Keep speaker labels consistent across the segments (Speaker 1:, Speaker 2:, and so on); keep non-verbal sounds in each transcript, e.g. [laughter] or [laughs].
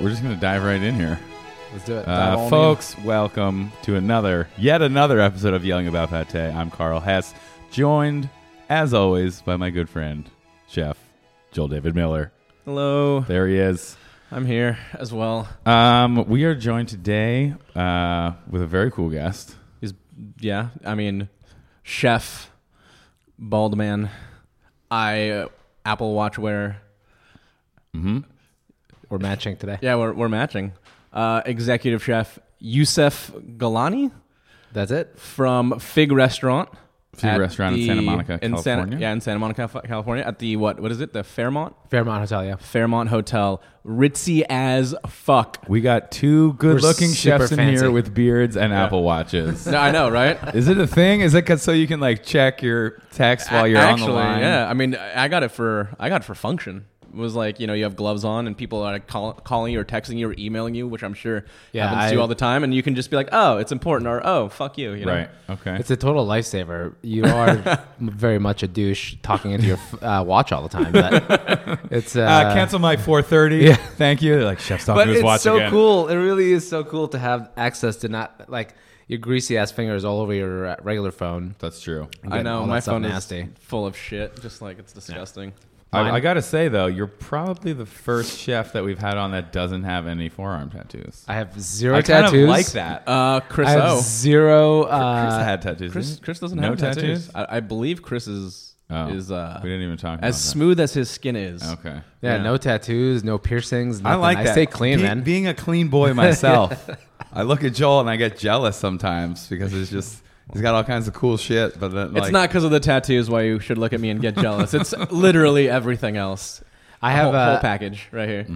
Speaker 1: We're just gonna dive right in here,
Speaker 2: Let's do it. Dive on
Speaker 1: uh,
Speaker 2: in.
Speaker 1: folks. Welcome to another, yet another episode of Yelling About Pate. I'm Carl Hess, joined as always by my good friend, Chef Joel David Miller.
Speaker 3: Hello,
Speaker 1: There he is.
Speaker 3: I'm here as well.
Speaker 1: Um, we are joined today uh, with a very cool guest.
Speaker 3: Is yeah, I mean, chef, bald man, I uh, Apple Watch wearer.
Speaker 2: We're matching today.
Speaker 3: Yeah, we're we're matching. Uh, executive chef Youssef Galani
Speaker 2: That's it.
Speaker 3: from Fig Restaurant.
Speaker 1: Fig
Speaker 3: at
Speaker 1: Restaurant in Santa Monica,
Speaker 3: in Santa-
Speaker 1: California.
Speaker 3: yeah, in Santa Monica, Cal- California, at the what? What is it? The Fairmont
Speaker 2: Fairmont Hotel, yeah.
Speaker 3: Fairmont Hotel, ritzy as fuck.
Speaker 1: We got two good-looking
Speaker 2: We're super
Speaker 1: chefs in
Speaker 2: fancy.
Speaker 1: here with beards and Apple watches.
Speaker 3: [laughs] No, I know, right?
Speaker 1: Is it a thing? Is it 'cause- so you can like check your text while you're
Speaker 3: Actually,
Speaker 1: on the line?
Speaker 3: Yeah, I mean, I I got it for I got it for function. It was like you know you have gloves on and people are call, calling you or texting you or emailing you, which I'm sure
Speaker 2: Yeah,
Speaker 3: happens to
Speaker 2: I-
Speaker 3: you all the time, and you can just be like, oh, it's important, or oh, fuck you, you know?
Speaker 1: Right. Okay.
Speaker 2: It's a total lifesaver. [laughs] You are very much a douche talking into your uh, watch all the time. But [laughs] it's uh,
Speaker 1: uh, cancel my 4:30.
Speaker 2: Yeah.
Speaker 1: Thank you. They're like chef's talking
Speaker 2: But
Speaker 1: to his
Speaker 2: it's
Speaker 1: watch
Speaker 2: so
Speaker 1: again.
Speaker 2: cool. It really is so cool to have access to not like your greasy ass fingers all over your uh, regular phone.
Speaker 1: That's true.
Speaker 3: I
Speaker 2: Getting
Speaker 3: know
Speaker 2: all
Speaker 3: my
Speaker 2: that stuff
Speaker 3: phone
Speaker 2: nasty.
Speaker 3: is full of shit, just like it's disgusting.
Speaker 1: I,
Speaker 2: Mine-
Speaker 1: I gotta say though, you're probably the first chef that we've had on that doesn't have any forearm tattoos.
Speaker 2: I have zero
Speaker 1: I kind
Speaker 2: tattoos.
Speaker 1: of like that.
Speaker 3: Uh, Chris
Speaker 2: I have
Speaker 3: O.
Speaker 2: zero. Uh,
Speaker 1: Chris had tattoos.
Speaker 3: Chris,
Speaker 1: didn't he?
Speaker 3: Chris doesn't
Speaker 1: no
Speaker 3: have tattoos. I, I believe Chris is
Speaker 1: Oh,
Speaker 3: is uh,
Speaker 1: we didn't Oh. even talk about
Speaker 3: as smooth as his skin is.
Speaker 1: that. Okay.
Speaker 2: Yeah,
Speaker 3: Yeah.
Speaker 2: no tattoos, no piercings. Nothing.
Speaker 1: I like that.
Speaker 2: I stay clean,
Speaker 1: Be-
Speaker 2: man.
Speaker 1: Being a clean boy myself, I look at Joel and I get jealous sometimes because it's just he's got all kinds of cool shit, but then like,
Speaker 3: it's not because of the tattoos why you should look at me and get jealous. It's literally everything else.
Speaker 2: I have uh,
Speaker 3: whole,
Speaker 2: a-
Speaker 3: whole package right here.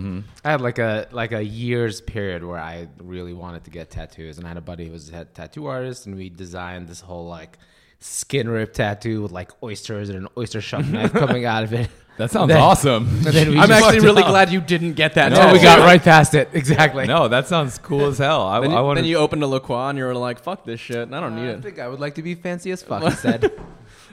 Speaker 2: I had like a like a years period where I really wanted to get tattoos, and I had a buddy who was a ta- tattoo artist, and we designed this whole like skin rip tattoo with like oysters and an
Speaker 1: [laughs]
Speaker 2: oyster shark knife coming out of it.
Speaker 1: That sounds
Speaker 2: Then-
Speaker 1: awesome.
Speaker 2: and then we
Speaker 3: I'm
Speaker 2: just-
Speaker 3: actually
Speaker 1: Fucked
Speaker 3: really
Speaker 1: up.
Speaker 3: glad you didn't get
Speaker 1: [laughs]
Speaker 3: that.
Speaker 1: No.
Speaker 2: Oh, we
Speaker 3: tattoo.
Speaker 2: got right
Speaker 1: [laughs]
Speaker 2: past it. Exactly.
Speaker 1: No, that sounds cool as hell. I,
Speaker 3: Then you,
Speaker 1: I want
Speaker 3: then you opened a LaCroix and you were like, "Fuck this shit, and I don't
Speaker 2: I
Speaker 3: need
Speaker 1: Uh,
Speaker 3: it."
Speaker 2: think I would like to be fancy as [laughs] fuck. He said,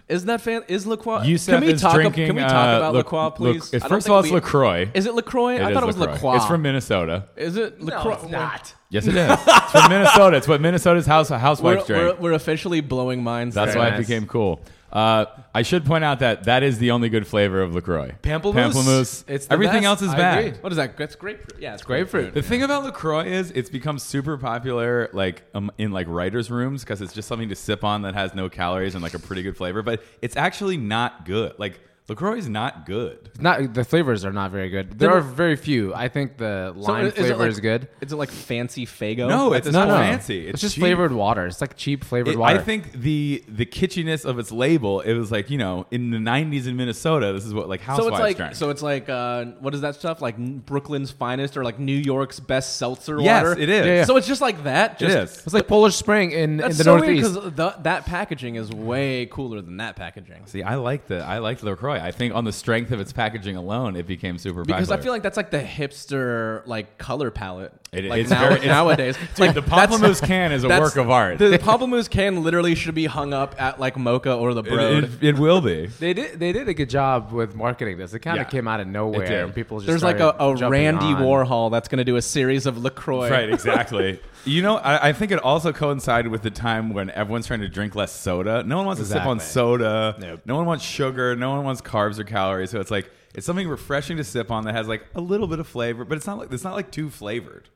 Speaker 3: Is that fan? Is LaCroix?
Speaker 1: Yusef
Speaker 3: can we
Speaker 1: is
Speaker 3: talk? ab-
Speaker 1: drinking,
Speaker 3: can we talk
Speaker 1: uh,
Speaker 3: about
Speaker 1: La-
Speaker 3: LaCroix,
Speaker 1: La-
Speaker 3: please?
Speaker 1: it's-
Speaker 3: I don't
Speaker 1: first of
Speaker 3: think
Speaker 1: all, it's
Speaker 3: we-
Speaker 1: LaCroix.
Speaker 3: Is it LaCroix? I
Speaker 1: is
Speaker 3: thought it was LaCroix.
Speaker 1: It's from Minnesota.
Speaker 3: Is it
Speaker 2: "No,
Speaker 3: LaCroix?
Speaker 2: it's not."
Speaker 1: Yes, [laughs] it is. it's from Minnesota. It's what Minnesota's house
Speaker 3: We're,
Speaker 1: housewives
Speaker 3: we're, we're,
Speaker 1: drink.
Speaker 3: officially blowing minds.
Speaker 1: That's
Speaker 3: there.
Speaker 1: why
Speaker 2: nice.
Speaker 1: it became cool. Uh, I should point out that that is the only good flavor of Lacroix.
Speaker 2: Pamplemousse.
Speaker 1: Pamplemousse.
Speaker 2: It's the
Speaker 1: Everything
Speaker 2: best.
Speaker 1: else is
Speaker 2: I
Speaker 1: bad.
Speaker 2: agree.
Speaker 3: What is that? That's grapefruit. Yeah, it's
Speaker 2: grapefruit.
Speaker 1: The thing about Lacroix is it's become super popular, like um, in like writers' rooms, because it's just something to sip on that has no calories and like a pretty good flavor. But it's actually not good. Like Lacroix is not good.
Speaker 2: "Not the flavors are not very good. There
Speaker 3: Then-
Speaker 2: are very few. I think the
Speaker 3: So
Speaker 2: lime
Speaker 3: is it
Speaker 2: flavor
Speaker 3: like-
Speaker 2: is good.
Speaker 3: Is it like fancy Fago?
Speaker 1: No,
Speaker 3: at
Speaker 1: it's
Speaker 3: this
Speaker 1: not
Speaker 3: point?
Speaker 1: fancy. It's
Speaker 2: It's, just
Speaker 1: cheap.
Speaker 2: flavored water. It's like cheap flavored
Speaker 1: It-
Speaker 2: water.
Speaker 1: I think the the kitschiness of its label. It was like you know in the '90s in Minnesota, this is what like
Speaker 3: So
Speaker 1: housewives
Speaker 3: it's like
Speaker 1: drank.
Speaker 3: so it's like uh, what is that stuff like N- Brooklyn's finest or like New York's best seltzer
Speaker 1: Yes,
Speaker 3: water?
Speaker 1: it is.
Speaker 2: Yeah, yeah.
Speaker 3: So it's just like that.
Speaker 1: it
Speaker 3: Just,
Speaker 1: is.
Speaker 2: it's like Polish Spring in, in
Speaker 3: That's
Speaker 2: the
Speaker 3: so
Speaker 2: Northeast.
Speaker 3: weird because that packaging is way cooler than that packaging.
Speaker 1: See, I like the I like Lacroix. I think on the strength of its packaging alone, it became super
Speaker 3: Because
Speaker 1: popular.
Speaker 3: I feel like that's like the hipster like color palette.
Speaker 1: It is.
Speaker 3: like
Speaker 1: It's very- [laughs] it's-
Speaker 3: [laughs] nowadays, like
Speaker 1: the
Speaker 3: that's-
Speaker 1: Pamplemousse can is a
Speaker 3: [laughs] that's-
Speaker 1: work of art. [laughs]
Speaker 3: The Pamplemousse can literally should be hung up at like Mocha or the
Speaker 1: it,
Speaker 3: Broad.
Speaker 1: it, it will be.
Speaker 2: They did. They did a good job with marketing this. It kind
Speaker 1: Yeah.
Speaker 2: of came out of nowhere,
Speaker 1: It did.
Speaker 2: and people just
Speaker 3: There's like a,
Speaker 2: started
Speaker 3: a
Speaker 2: jumping
Speaker 3: Randy
Speaker 2: on.
Speaker 3: Warhol that's going to do a series of Lacroix.
Speaker 1: Right, exactly. you know, I, I think it also coincided with the time when everyone's trying to drink less soda. No one wants to sip on
Speaker 2: Exactly.
Speaker 1: soda.
Speaker 2: Nope.
Speaker 1: No one wants sugar. No one wants carbs or calories. So it's like it's something refreshing to sip on that has like a little bit of flavor, but it's not like it's not like too flavored.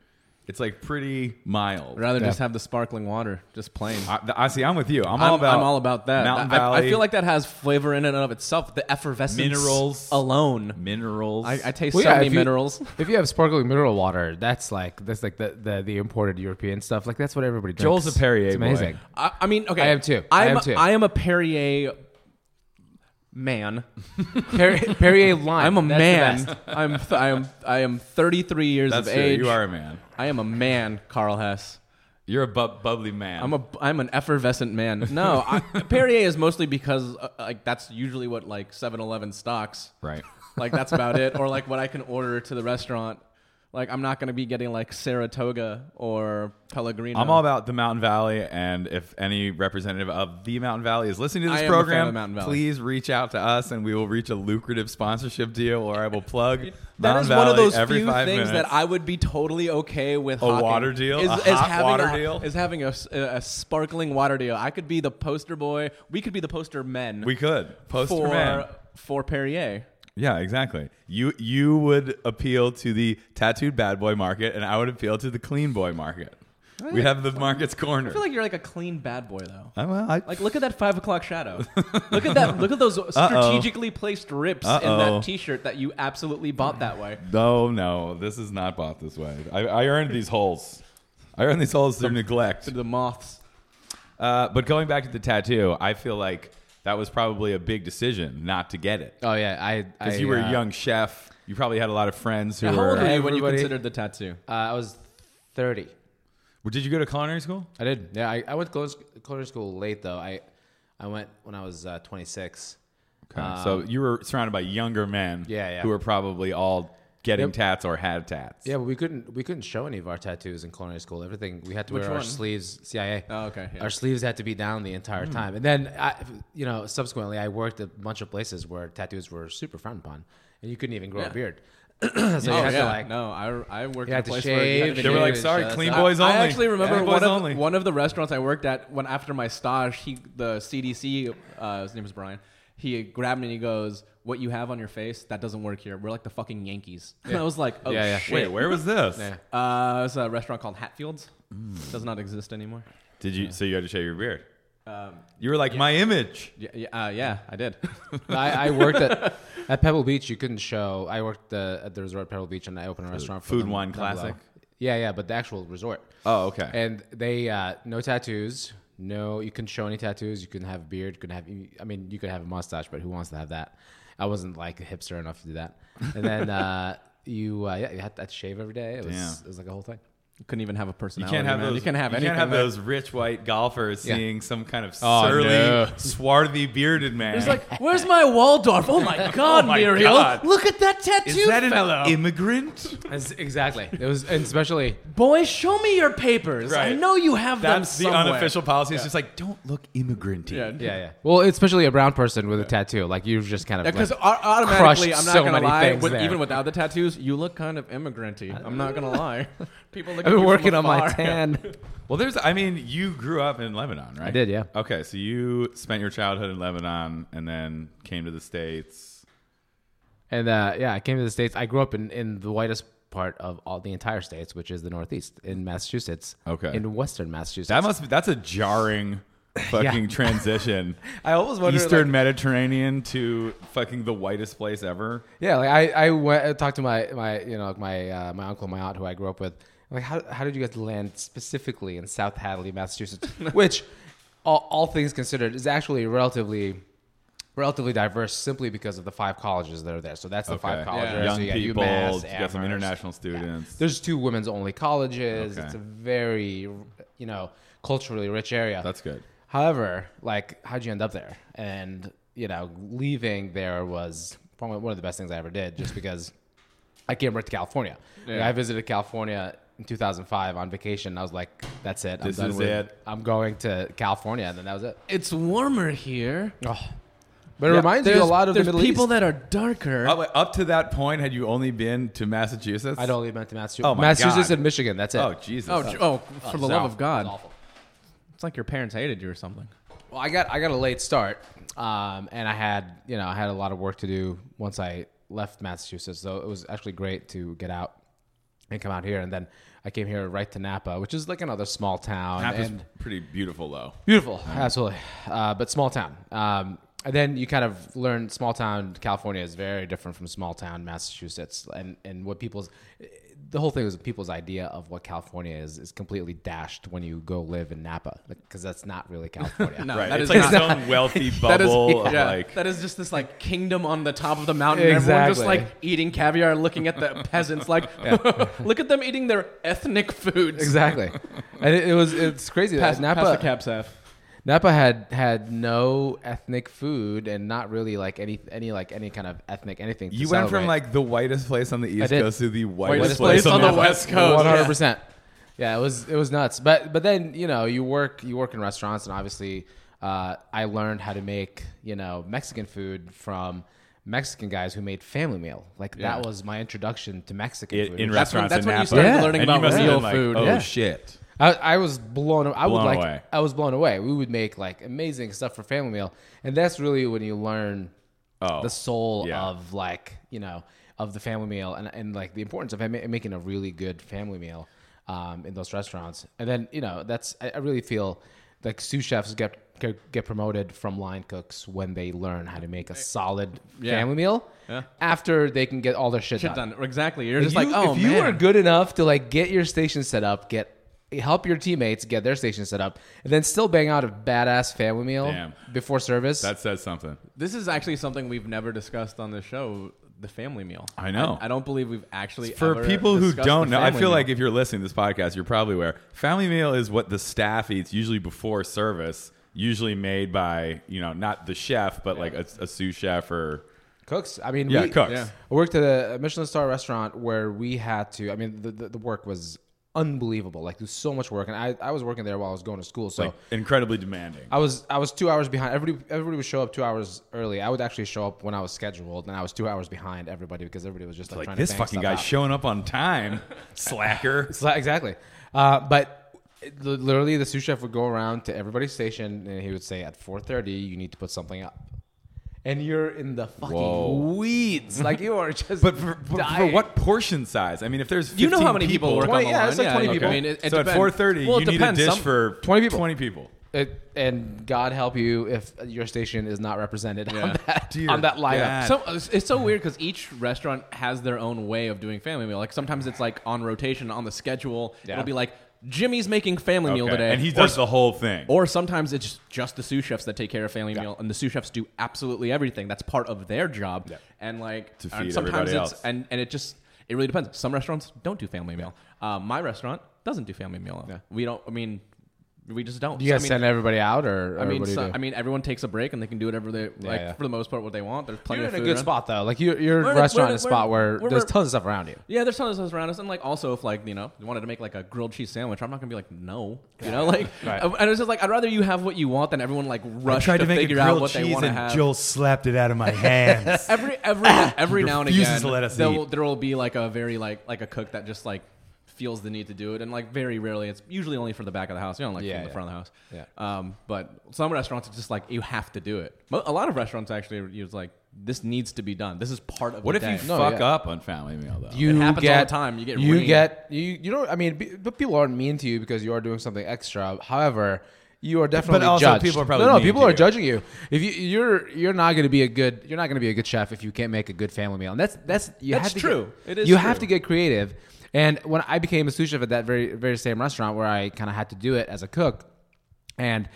Speaker 1: It's like pretty mild.
Speaker 3: I'd rather
Speaker 2: Yeah.
Speaker 3: just have the sparkling water, just plain.
Speaker 1: I, th- I see. I'm with you. I'm,
Speaker 3: I'm,
Speaker 1: all about.
Speaker 3: I'm all about that.
Speaker 1: Mountain
Speaker 3: I- I-
Speaker 1: Valley.
Speaker 3: I, feel like that has flavor in and of itself. The effervescence,
Speaker 1: Minerals.
Speaker 3: alone.
Speaker 1: minerals.
Speaker 3: I, I taste
Speaker 2: Well,
Speaker 3: so
Speaker 2: yeah,
Speaker 3: many
Speaker 2: if you-
Speaker 3: minerals.
Speaker 2: If you have sparkling mineral water, that's like that's like the the, the imported European stuff. Like that's what everybody drinks.
Speaker 1: Joel's a Perrier
Speaker 2: It's
Speaker 1: boy.
Speaker 2: amazing.
Speaker 3: I, I mean, okay,
Speaker 2: I am too. I
Speaker 3: I'm,
Speaker 2: am too.
Speaker 3: I am a Perrier
Speaker 1: [laughs]
Speaker 3: man.
Speaker 2: Perrier, [laughs] Perrier lime.
Speaker 3: I'm a
Speaker 2: That's the best.
Speaker 3: man. I'm th- I am I am 33 years
Speaker 1: That's
Speaker 3: of
Speaker 1: true.
Speaker 3: age.
Speaker 1: You are a man.
Speaker 3: I am a man, Carl Hess.
Speaker 1: You're a bu- bubbly man.
Speaker 3: I'm a I'm an effervescent man. No, I, Perrier is mostly because uh, like that's usually what like 7-Eleven stocks.
Speaker 1: right.
Speaker 3: Like that's about it, or like what I can order to the restaurant. Like I'm not gonna be getting like Saratoga or Pellegrino.
Speaker 1: I'm all about the Mountain Valley, and if any representative of the Mountain Valley is listening to
Speaker 3: I
Speaker 1: this
Speaker 3: am a fan of
Speaker 1: program,
Speaker 3: Mountain Valley.
Speaker 1: please reach out to us, and we will reach a lucrative sponsorship deal, or I will plug
Speaker 3: That
Speaker 1: Mountain
Speaker 3: is
Speaker 1: Valley
Speaker 3: one of those
Speaker 1: every
Speaker 3: few
Speaker 1: five
Speaker 3: things
Speaker 1: minutes.
Speaker 3: that I would be totally okay with. hawking.
Speaker 1: water deal?
Speaker 3: is,
Speaker 1: A
Speaker 3: is
Speaker 1: hot
Speaker 3: having
Speaker 1: water
Speaker 3: a,
Speaker 1: deal?
Speaker 3: is having a, s- a- a sparkling water deal. I could be the poster boy. We could be the poster men.
Speaker 1: we could post
Speaker 3: for
Speaker 1: for man.
Speaker 3: for Perrier.
Speaker 1: Yeah, exactly. You you would appeal to the tattooed bad boy market, and I would appeal to the clean boy market. We have the market's corner.
Speaker 3: I feel like you're like a clean bad boy though.
Speaker 1: I, well, I,
Speaker 3: Like look at that five o'clock
Speaker 1: [laughs]
Speaker 3: shadow. look at that. Look at those strategically placed rips in
Speaker 1: Uh-oh.
Speaker 3: that T-shirt that you absolutely bought that way.
Speaker 1: no, no, this is not bought this way. I, I earned these holes. I earned these holes through neglect.
Speaker 3: To the moths.
Speaker 1: Uh, but going back to the tattoo, I feel like that was probably a big decision not to get it
Speaker 2: Oh yeah, I
Speaker 1: because
Speaker 2: I,
Speaker 1: you were a
Speaker 2: uh,
Speaker 1: young chef. You probably had a lot of friends who
Speaker 3: How
Speaker 1: were.
Speaker 3: old were you when you
Speaker 2: Everybody-
Speaker 3: considered the tattoo?
Speaker 2: Uh, I was thirty.
Speaker 1: Well, Did you go to culinary school?
Speaker 2: I did. Yeah, I, I went to close- culinary school late though. I I went when I was uh, 26.
Speaker 1: Okay, Uh, so you were surrounded by younger men,
Speaker 2: Yeah, yeah.
Speaker 1: who were probably all getting
Speaker 2: Yep.
Speaker 1: tats or had tats.
Speaker 2: Yeah, but we couldn't we couldn't show any of our tattoos in culinary school. Everything we had to
Speaker 3: Which
Speaker 2: wear our
Speaker 3: one?
Speaker 2: sleeves. CIA.
Speaker 3: Oh, okay, yeah. Hmm.
Speaker 2: Our sleeves had to be down the entire time. And then I, you know, subsequently I worked a bunch of places where tattoos were super frowned upon, and you couldn't even grow
Speaker 3: Yeah. Oh,
Speaker 2: a beard. [clears throat] so you had to like
Speaker 3: no, I, I worked
Speaker 2: You
Speaker 3: at a
Speaker 2: had to
Speaker 3: place where you had
Speaker 2: shave
Speaker 3: to
Speaker 2: and
Speaker 1: They were
Speaker 2: Yeah,
Speaker 1: like,
Speaker 2: yeah,
Speaker 1: "Sorry,
Speaker 2: yeah,
Speaker 1: clean
Speaker 2: that's-
Speaker 1: boys only."
Speaker 3: I actually remember
Speaker 1: Clean boys
Speaker 3: one, of,
Speaker 1: only.
Speaker 3: one of the restaurants I worked at when after my stage, he the CDC, uh, his name was Brian. He grabbed me and he goes, "What you have on your face that doesn't work here. We're like the fucking Yankees." [laughs] And I was like, "Oh
Speaker 2: Yeah, yeah.
Speaker 3: shit!"
Speaker 1: Wait, where was this?
Speaker 2: Yeah.
Speaker 3: Uh, it's a restaurant called Hatfields.
Speaker 1: Mm.
Speaker 3: Does not exist anymore.
Speaker 1: Did you? So you had to shave your beard. you were like my image.
Speaker 3: Um, Yeah, yeah, uh, yeah
Speaker 1: [laughs]
Speaker 3: I did. [laughs]
Speaker 2: I, I worked at, at Pebble Beach. You couldn't show. I worked uh, at the resort Pebble Beach, and I opened a restaurant. for
Speaker 1: Food
Speaker 2: them
Speaker 1: Wine
Speaker 2: down below.
Speaker 1: Classic?
Speaker 2: Yeah, yeah, but the actual resort.
Speaker 1: Oh, okay.
Speaker 2: And they uh, no tattoos. No, you couldn't show any tattoos. You couldn't have a beard. You couldn't have. I mean, you could have a mustache, but who wants to have that? I wasn't like hipster enough to do that.
Speaker 1: [laughs]
Speaker 2: And then uh, you, uh, yeah, you had to, had to shave every day. It was,
Speaker 1: Damn.
Speaker 2: it was like a whole thing.
Speaker 3: Couldn't even have a
Speaker 1: you
Speaker 3: personality.
Speaker 1: can't have
Speaker 3: man.
Speaker 1: those.
Speaker 3: You can't have
Speaker 1: you
Speaker 3: anything.
Speaker 1: can't have
Speaker 3: there.
Speaker 1: those rich white golfers
Speaker 2: Yeah.
Speaker 1: seeing some kind of
Speaker 2: Oh,
Speaker 1: surly,
Speaker 2: no.
Speaker 1: swarthy bearded man.
Speaker 3: It's like, where's my Waldorf? Oh
Speaker 1: [laughs]
Speaker 3: my God,
Speaker 1: my
Speaker 3: Muriel!
Speaker 1: God.
Speaker 3: Look at that
Speaker 1: is
Speaker 3: tattoo,
Speaker 1: that an
Speaker 3: fellow. [laughs]
Speaker 1: immigrant?
Speaker 2: exactly. It was, and especially
Speaker 3: Boy, show me your papers. I
Speaker 1: Right.
Speaker 3: know you have them
Speaker 1: That's the
Speaker 3: somewhere.
Speaker 1: unofficial policy. It's just like don't look immigranty.
Speaker 3: Yeah.
Speaker 2: Yeah, yeah. Well, especially a brown person with a tattoo, like you're just kind of
Speaker 3: Because
Speaker 2: like,
Speaker 3: automatically,
Speaker 2: crushed
Speaker 3: I'm not
Speaker 2: so
Speaker 3: gonna
Speaker 2: many
Speaker 3: lie.
Speaker 2: things
Speaker 3: with-
Speaker 2: there.
Speaker 3: even without the tattoos, you look kind of immigranty. I'm not
Speaker 2: [laughs]
Speaker 3: gonna lie. [laughs] People look.
Speaker 2: I've
Speaker 3: at
Speaker 2: been
Speaker 3: you
Speaker 2: working
Speaker 3: from
Speaker 2: on my
Speaker 3: afar.
Speaker 2: tan.
Speaker 1: Well, there's. I mean, you grew up in Lebanon, right? I
Speaker 2: did, yeah.
Speaker 1: Okay, so you spent your childhood in Lebanon and then came to the states.
Speaker 2: And uh, yeah, I came to the states. I grew up in, in the whitest part of all the entire states, which is the Northeast in Massachusetts.
Speaker 1: Okay.
Speaker 2: in Western Massachusetts.
Speaker 1: That must. Be, that's a
Speaker 2: [laughs]
Speaker 1: jarring. Fucking transition.
Speaker 2: I always wonder,
Speaker 1: Eastern Mediterranean to fucking the whitest place ever.
Speaker 2: yeah, like I I went I talked to my my you know like my uh, my uncle my aunt who I grew up with. I'm like how how did you guys land specifically in South
Speaker 1: [laughs]
Speaker 2: Hadley, Massachusetts, which all, all things considered is actually relatively. Relatively diverse, simply because of the five colleges that are there. So that's the five
Speaker 1: Okay.
Speaker 2: colleges.
Speaker 1: Young
Speaker 2: So you got
Speaker 1: people,
Speaker 2: UMass,
Speaker 1: you got some
Speaker 2: Amherst.
Speaker 1: international students.
Speaker 2: There's two women's only colleges.
Speaker 1: Okay.
Speaker 2: It's a very, you know, culturally rich area.
Speaker 1: That's good.
Speaker 2: However, like, how'd you end up there? And you know, leaving there was probably one of the best things I ever did, just because I came right to California. Like, I visited California in 2005 on vacation. and I was like, that's it. I'm
Speaker 1: This
Speaker 2: done
Speaker 1: is
Speaker 2: with
Speaker 1: it.
Speaker 2: I'm going to California, and then that was it.
Speaker 3: [laughs] It's warmer here.
Speaker 2: But it reminds you a
Speaker 3: There's-
Speaker 2: lot of the
Speaker 3: there's
Speaker 2: Middle
Speaker 3: people
Speaker 2: East.
Speaker 3: that are darker.
Speaker 1: Up, up to that point, had you only been to Massachusetts?
Speaker 2: I don't leave to Massachusetts.
Speaker 1: Oh my
Speaker 2: Massachusetts
Speaker 1: God.
Speaker 2: and Michigan. That's it.
Speaker 1: Oh Jesus!
Speaker 3: Oh, j- oh, for the
Speaker 2: It's
Speaker 3: love
Speaker 2: awful.
Speaker 3: of God!
Speaker 2: It's awful.
Speaker 3: It's like your parents hated you or something.
Speaker 2: Well, I got I got a late start, um, and I had you know I had a lot of work to do once I left Massachusetts. So it was actually great to get out and come out here, and then I came here right to Napa, which is like another small town
Speaker 1: Napa's
Speaker 2: and
Speaker 1: pretty beautiful though.
Speaker 2: beautiful, absolutely, uh, but small town. Um, and then you kind of learn small town California is very different from small town Massachusetts, and and what people's the whole thing was people's idea of what California is is completely dashed when you go live in Napa because that's not really California.
Speaker 3: No,
Speaker 1: Right,
Speaker 3: [laughs] that
Speaker 1: it's
Speaker 3: is
Speaker 1: like its
Speaker 3: not-
Speaker 1: [laughs] own wealthy
Speaker 3: That is-
Speaker 1: bubble of
Speaker 3: yeah,
Speaker 1: like
Speaker 3: that is just this like kingdom on the top of the mountain. and Everyone just
Speaker 2: Exactly.
Speaker 3: like eating caviar, looking
Speaker 1: [laughs]
Speaker 3: at the peasants, like [laughs] look at them eating their ethnic foods.
Speaker 1: [laughs]
Speaker 2: Exactly. and it, it was it's crazy. that
Speaker 3: Pass,
Speaker 2: Napa
Speaker 3: pass the capsaf.
Speaker 2: Napa had had no ethnic food and not really like any any like any kind of ethnic anything. to
Speaker 1: You went from
Speaker 2: celebrate.
Speaker 1: like the whitest place on the East
Speaker 2: did.
Speaker 1: Coast to the whitest,
Speaker 3: Whitest
Speaker 1: place, on, the West.
Speaker 3: Coast,
Speaker 2: One
Speaker 3: yeah.
Speaker 2: hundred percent. Yeah, it was it was nuts. But but then you know you work you work in restaurants and obviously uh, I learned how to make you know Mexican food from Mexican guys who made family meal. Like
Speaker 3: Yeah.
Speaker 2: that was my introduction to Mexican
Speaker 1: It,
Speaker 2: food.
Speaker 1: in
Speaker 3: That's when-
Speaker 1: restaurants
Speaker 3: that's
Speaker 1: in
Speaker 3: when you
Speaker 1: Napa.
Speaker 3: started
Speaker 2: Yeah.
Speaker 3: learning
Speaker 1: And you
Speaker 3: about
Speaker 1: must have
Speaker 3: real
Speaker 1: been like,
Speaker 3: food.
Speaker 1: Oh
Speaker 2: Yeah.
Speaker 1: shit!
Speaker 2: I, I was blown. I would
Speaker 1: Blown
Speaker 2: like.
Speaker 1: away.
Speaker 2: I was blown away. We would make like amazing stuff for family meal, and that's really when you learn
Speaker 1: Oh,
Speaker 2: the soul
Speaker 1: yeah.
Speaker 2: of like you know of the family meal and, and like the importance of ma- making a really good family meal um, in those restaurants. And then you know that's I, I really feel like sous chefs get get get promoted from line cooks when they learn how to make a solid
Speaker 3: Yeah.
Speaker 2: family meal.
Speaker 3: Yeah.
Speaker 2: After they can get all their shit,
Speaker 3: Shit
Speaker 2: done.
Speaker 3: done. Exactly. You're
Speaker 2: If
Speaker 3: just
Speaker 2: you-
Speaker 3: like, oh
Speaker 2: if you
Speaker 3: man.
Speaker 2: are good enough to like get your station set up, get help your teammates get their station set up, and then still bang out a badass family meal
Speaker 1: Damn.
Speaker 2: before service.
Speaker 1: that says something.
Speaker 3: This is actually something we've never discussed on the show: the family meal.
Speaker 1: I know.
Speaker 3: I, I don't believe we've actually
Speaker 1: For
Speaker 3: ever
Speaker 1: people who
Speaker 3: discussed
Speaker 1: don't
Speaker 3: the
Speaker 1: know, I
Speaker 3: family
Speaker 1: feel
Speaker 3: meal.
Speaker 1: like if you're listening to this podcast, you're probably aware. Family meal is what the staff eats usually before service, usually made by you know not the chef, but like a, a sous chef or
Speaker 2: cooks, I mean,
Speaker 1: yeah,
Speaker 2: we,
Speaker 1: cooks.
Speaker 3: yeah.
Speaker 2: I worked at a Michelin star restaurant where we had to. I mean, the the, the work was unbelievable. Like there's so much work, and I I was working there while I was going to school, so.
Speaker 1: Like, incredibly demanding.
Speaker 2: I was I was two hours behind. Everybody everybody would show up two hours early. I would actually show up when I was scheduled, and I was two hours behind everybody because everybody was just like,
Speaker 1: like
Speaker 2: trying
Speaker 1: this
Speaker 2: to bang
Speaker 1: fucking
Speaker 2: stuff
Speaker 1: guy
Speaker 2: out.
Speaker 1: showing up on time, slacker.
Speaker 2: So, exactly. Uh, but it- li- literally, the sous chef would go around to everybody's station, and he would say, "At four thirty, you need to put something up." And you're in the fucking
Speaker 1: Whoa.
Speaker 2: weeds, like you
Speaker 1: [laughs]
Speaker 2: are just.
Speaker 1: But for, for, for
Speaker 2: dying.
Speaker 1: what portion size? I mean, if there's 15
Speaker 3: you know how many people,
Speaker 1: people,
Speaker 3: work on
Speaker 2: 20
Speaker 3: the
Speaker 2: yeah,
Speaker 3: line.
Speaker 2: it's like 20 people.
Speaker 3: I mean, it, it
Speaker 1: so at
Speaker 3: depends.
Speaker 1: 4:30,
Speaker 3: Well, it
Speaker 1: you need a
Speaker 3: depends.
Speaker 1: dish
Speaker 3: Some-
Speaker 1: for
Speaker 2: 20 people.
Speaker 1: 20 people.
Speaker 2: It, and God help you if your station is not represented
Speaker 3: Yeah.
Speaker 2: on [laughs] that
Speaker 1: Dear
Speaker 2: on that
Speaker 1: God.
Speaker 2: lineup.
Speaker 3: So it's it's so weird because each restaurant has their own way of doing family meal. Like sometimes it's like on rotation on the schedule.
Speaker 2: Yeah.
Speaker 3: It'll be like Jimmy's making family meal
Speaker 1: Okay,
Speaker 3: today,
Speaker 1: and he
Speaker 3: or
Speaker 1: does the whole thing.
Speaker 3: Or sometimes it's just the sous chefs that take care of family meal, and the sous chefs do absolutely everything. That's part of their job. And like,
Speaker 1: To
Speaker 3: and
Speaker 1: feed
Speaker 3: sometimes
Speaker 1: everybody
Speaker 3: it's
Speaker 1: else.
Speaker 3: and and it just it really depends. Some restaurants don't do family meal. Uh, my restaurant doesn't do family meal. We don't. I mean, we just don't.
Speaker 2: Do you
Speaker 3: I
Speaker 2: guys
Speaker 3: mean,
Speaker 2: send everybody out, or, or
Speaker 3: I mean,
Speaker 2: what do you
Speaker 3: so-
Speaker 2: do?
Speaker 3: I mean, everyone takes a break and they can do whatever they like
Speaker 2: yeah.
Speaker 3: for the most part what they want. There's plenty
Speaker 2: you're
Speaker 3: of
Speaker 2: in a
Speaker 3: food
Speaker 2: good
Speaker 3: around.
Speaker 2: spot though. Like your your
Speaker 3: We're in a- we're
Speaker 2: restaurant
Speaker 3: in a-
Speaker 2: is a spot
Speaker 3: we're in
Speaker 2: where
Speaker 3: a- we're-
Speaker 2: there's tons of stuff around you.
Speaker 3: Yeah, there's tons of stuff around us, and like also if like you know you wanted to make like a grilled cheese sandwich, I'm not gonna be like no, you know, like
Speaker 2: [laughs] Right.
Speaker 3: and it's just like I'd rather you have what you want than everyone like rush to, figure out what they want to have.
Speaker 4: Joel slapped it out of my
Speaker 3: [laughs]
Speaker 4: hands.
Speaker 3: every every every now and
Speaker 4: refuses
Speaker 3: again,
Speaker 4: to let us
Speaker 3: there
Speaker 4: eat.
Speaker 3: will there will be like a very like like a cook that just like feels the need to do it, and like very rarely it's usually only from the back of the house, you know, like
Speaker 2: Yeah,
Speaker 3: from the
Speaker 2: yeah.
Speaker 3: front of the house.
Speaker 2: Yeah.
Speaker 3: Um, but some restaurants it's just like you have to do it. Mo- A lot of restaurants actually are- it's like this needs to be done. This is part of
Speaker 1: what
Speaker 3: the
Speaker 1: if you
Speaker 3: day.
Speaker 2: No,
Speaker 1: fuck
Speaker 2: yeah.
Speaker 1: up on family meal though?
Speaker 2: you
Speaker 3: It happens all
Speaker 2: get,
Speaker 3: the time. You get
Speaker 2: you
Speaker 3: reamed.
Speaker 2: get you you don't. I mean, be- but people aren't mean to you because you are doing something extra. However, you are definitely
Speaker 1: also
Speaker 2: judged.
Speaker 1: people are probably
Speaker 2: no, no.
Speaker 1: mean
Speaker 2: People
Speaker 1: to
Speaker 2: are
Speaker 1: you.
Speaker 2: judging you. If you you're you're not going to be a good you're not going to be a good chef if you can't make a good family meal. And that's that's you
Speaker 3: That's
Speaker 2: have to
Speaker 3: true.
Speaker 2: Get,
Speaker 3: It is
Speaker 2: you have
Speaker 3: true.
Speaker 2: to get creative. And when I became a sous chef at that very very same restaurant where I kind of had to do it as a cook, and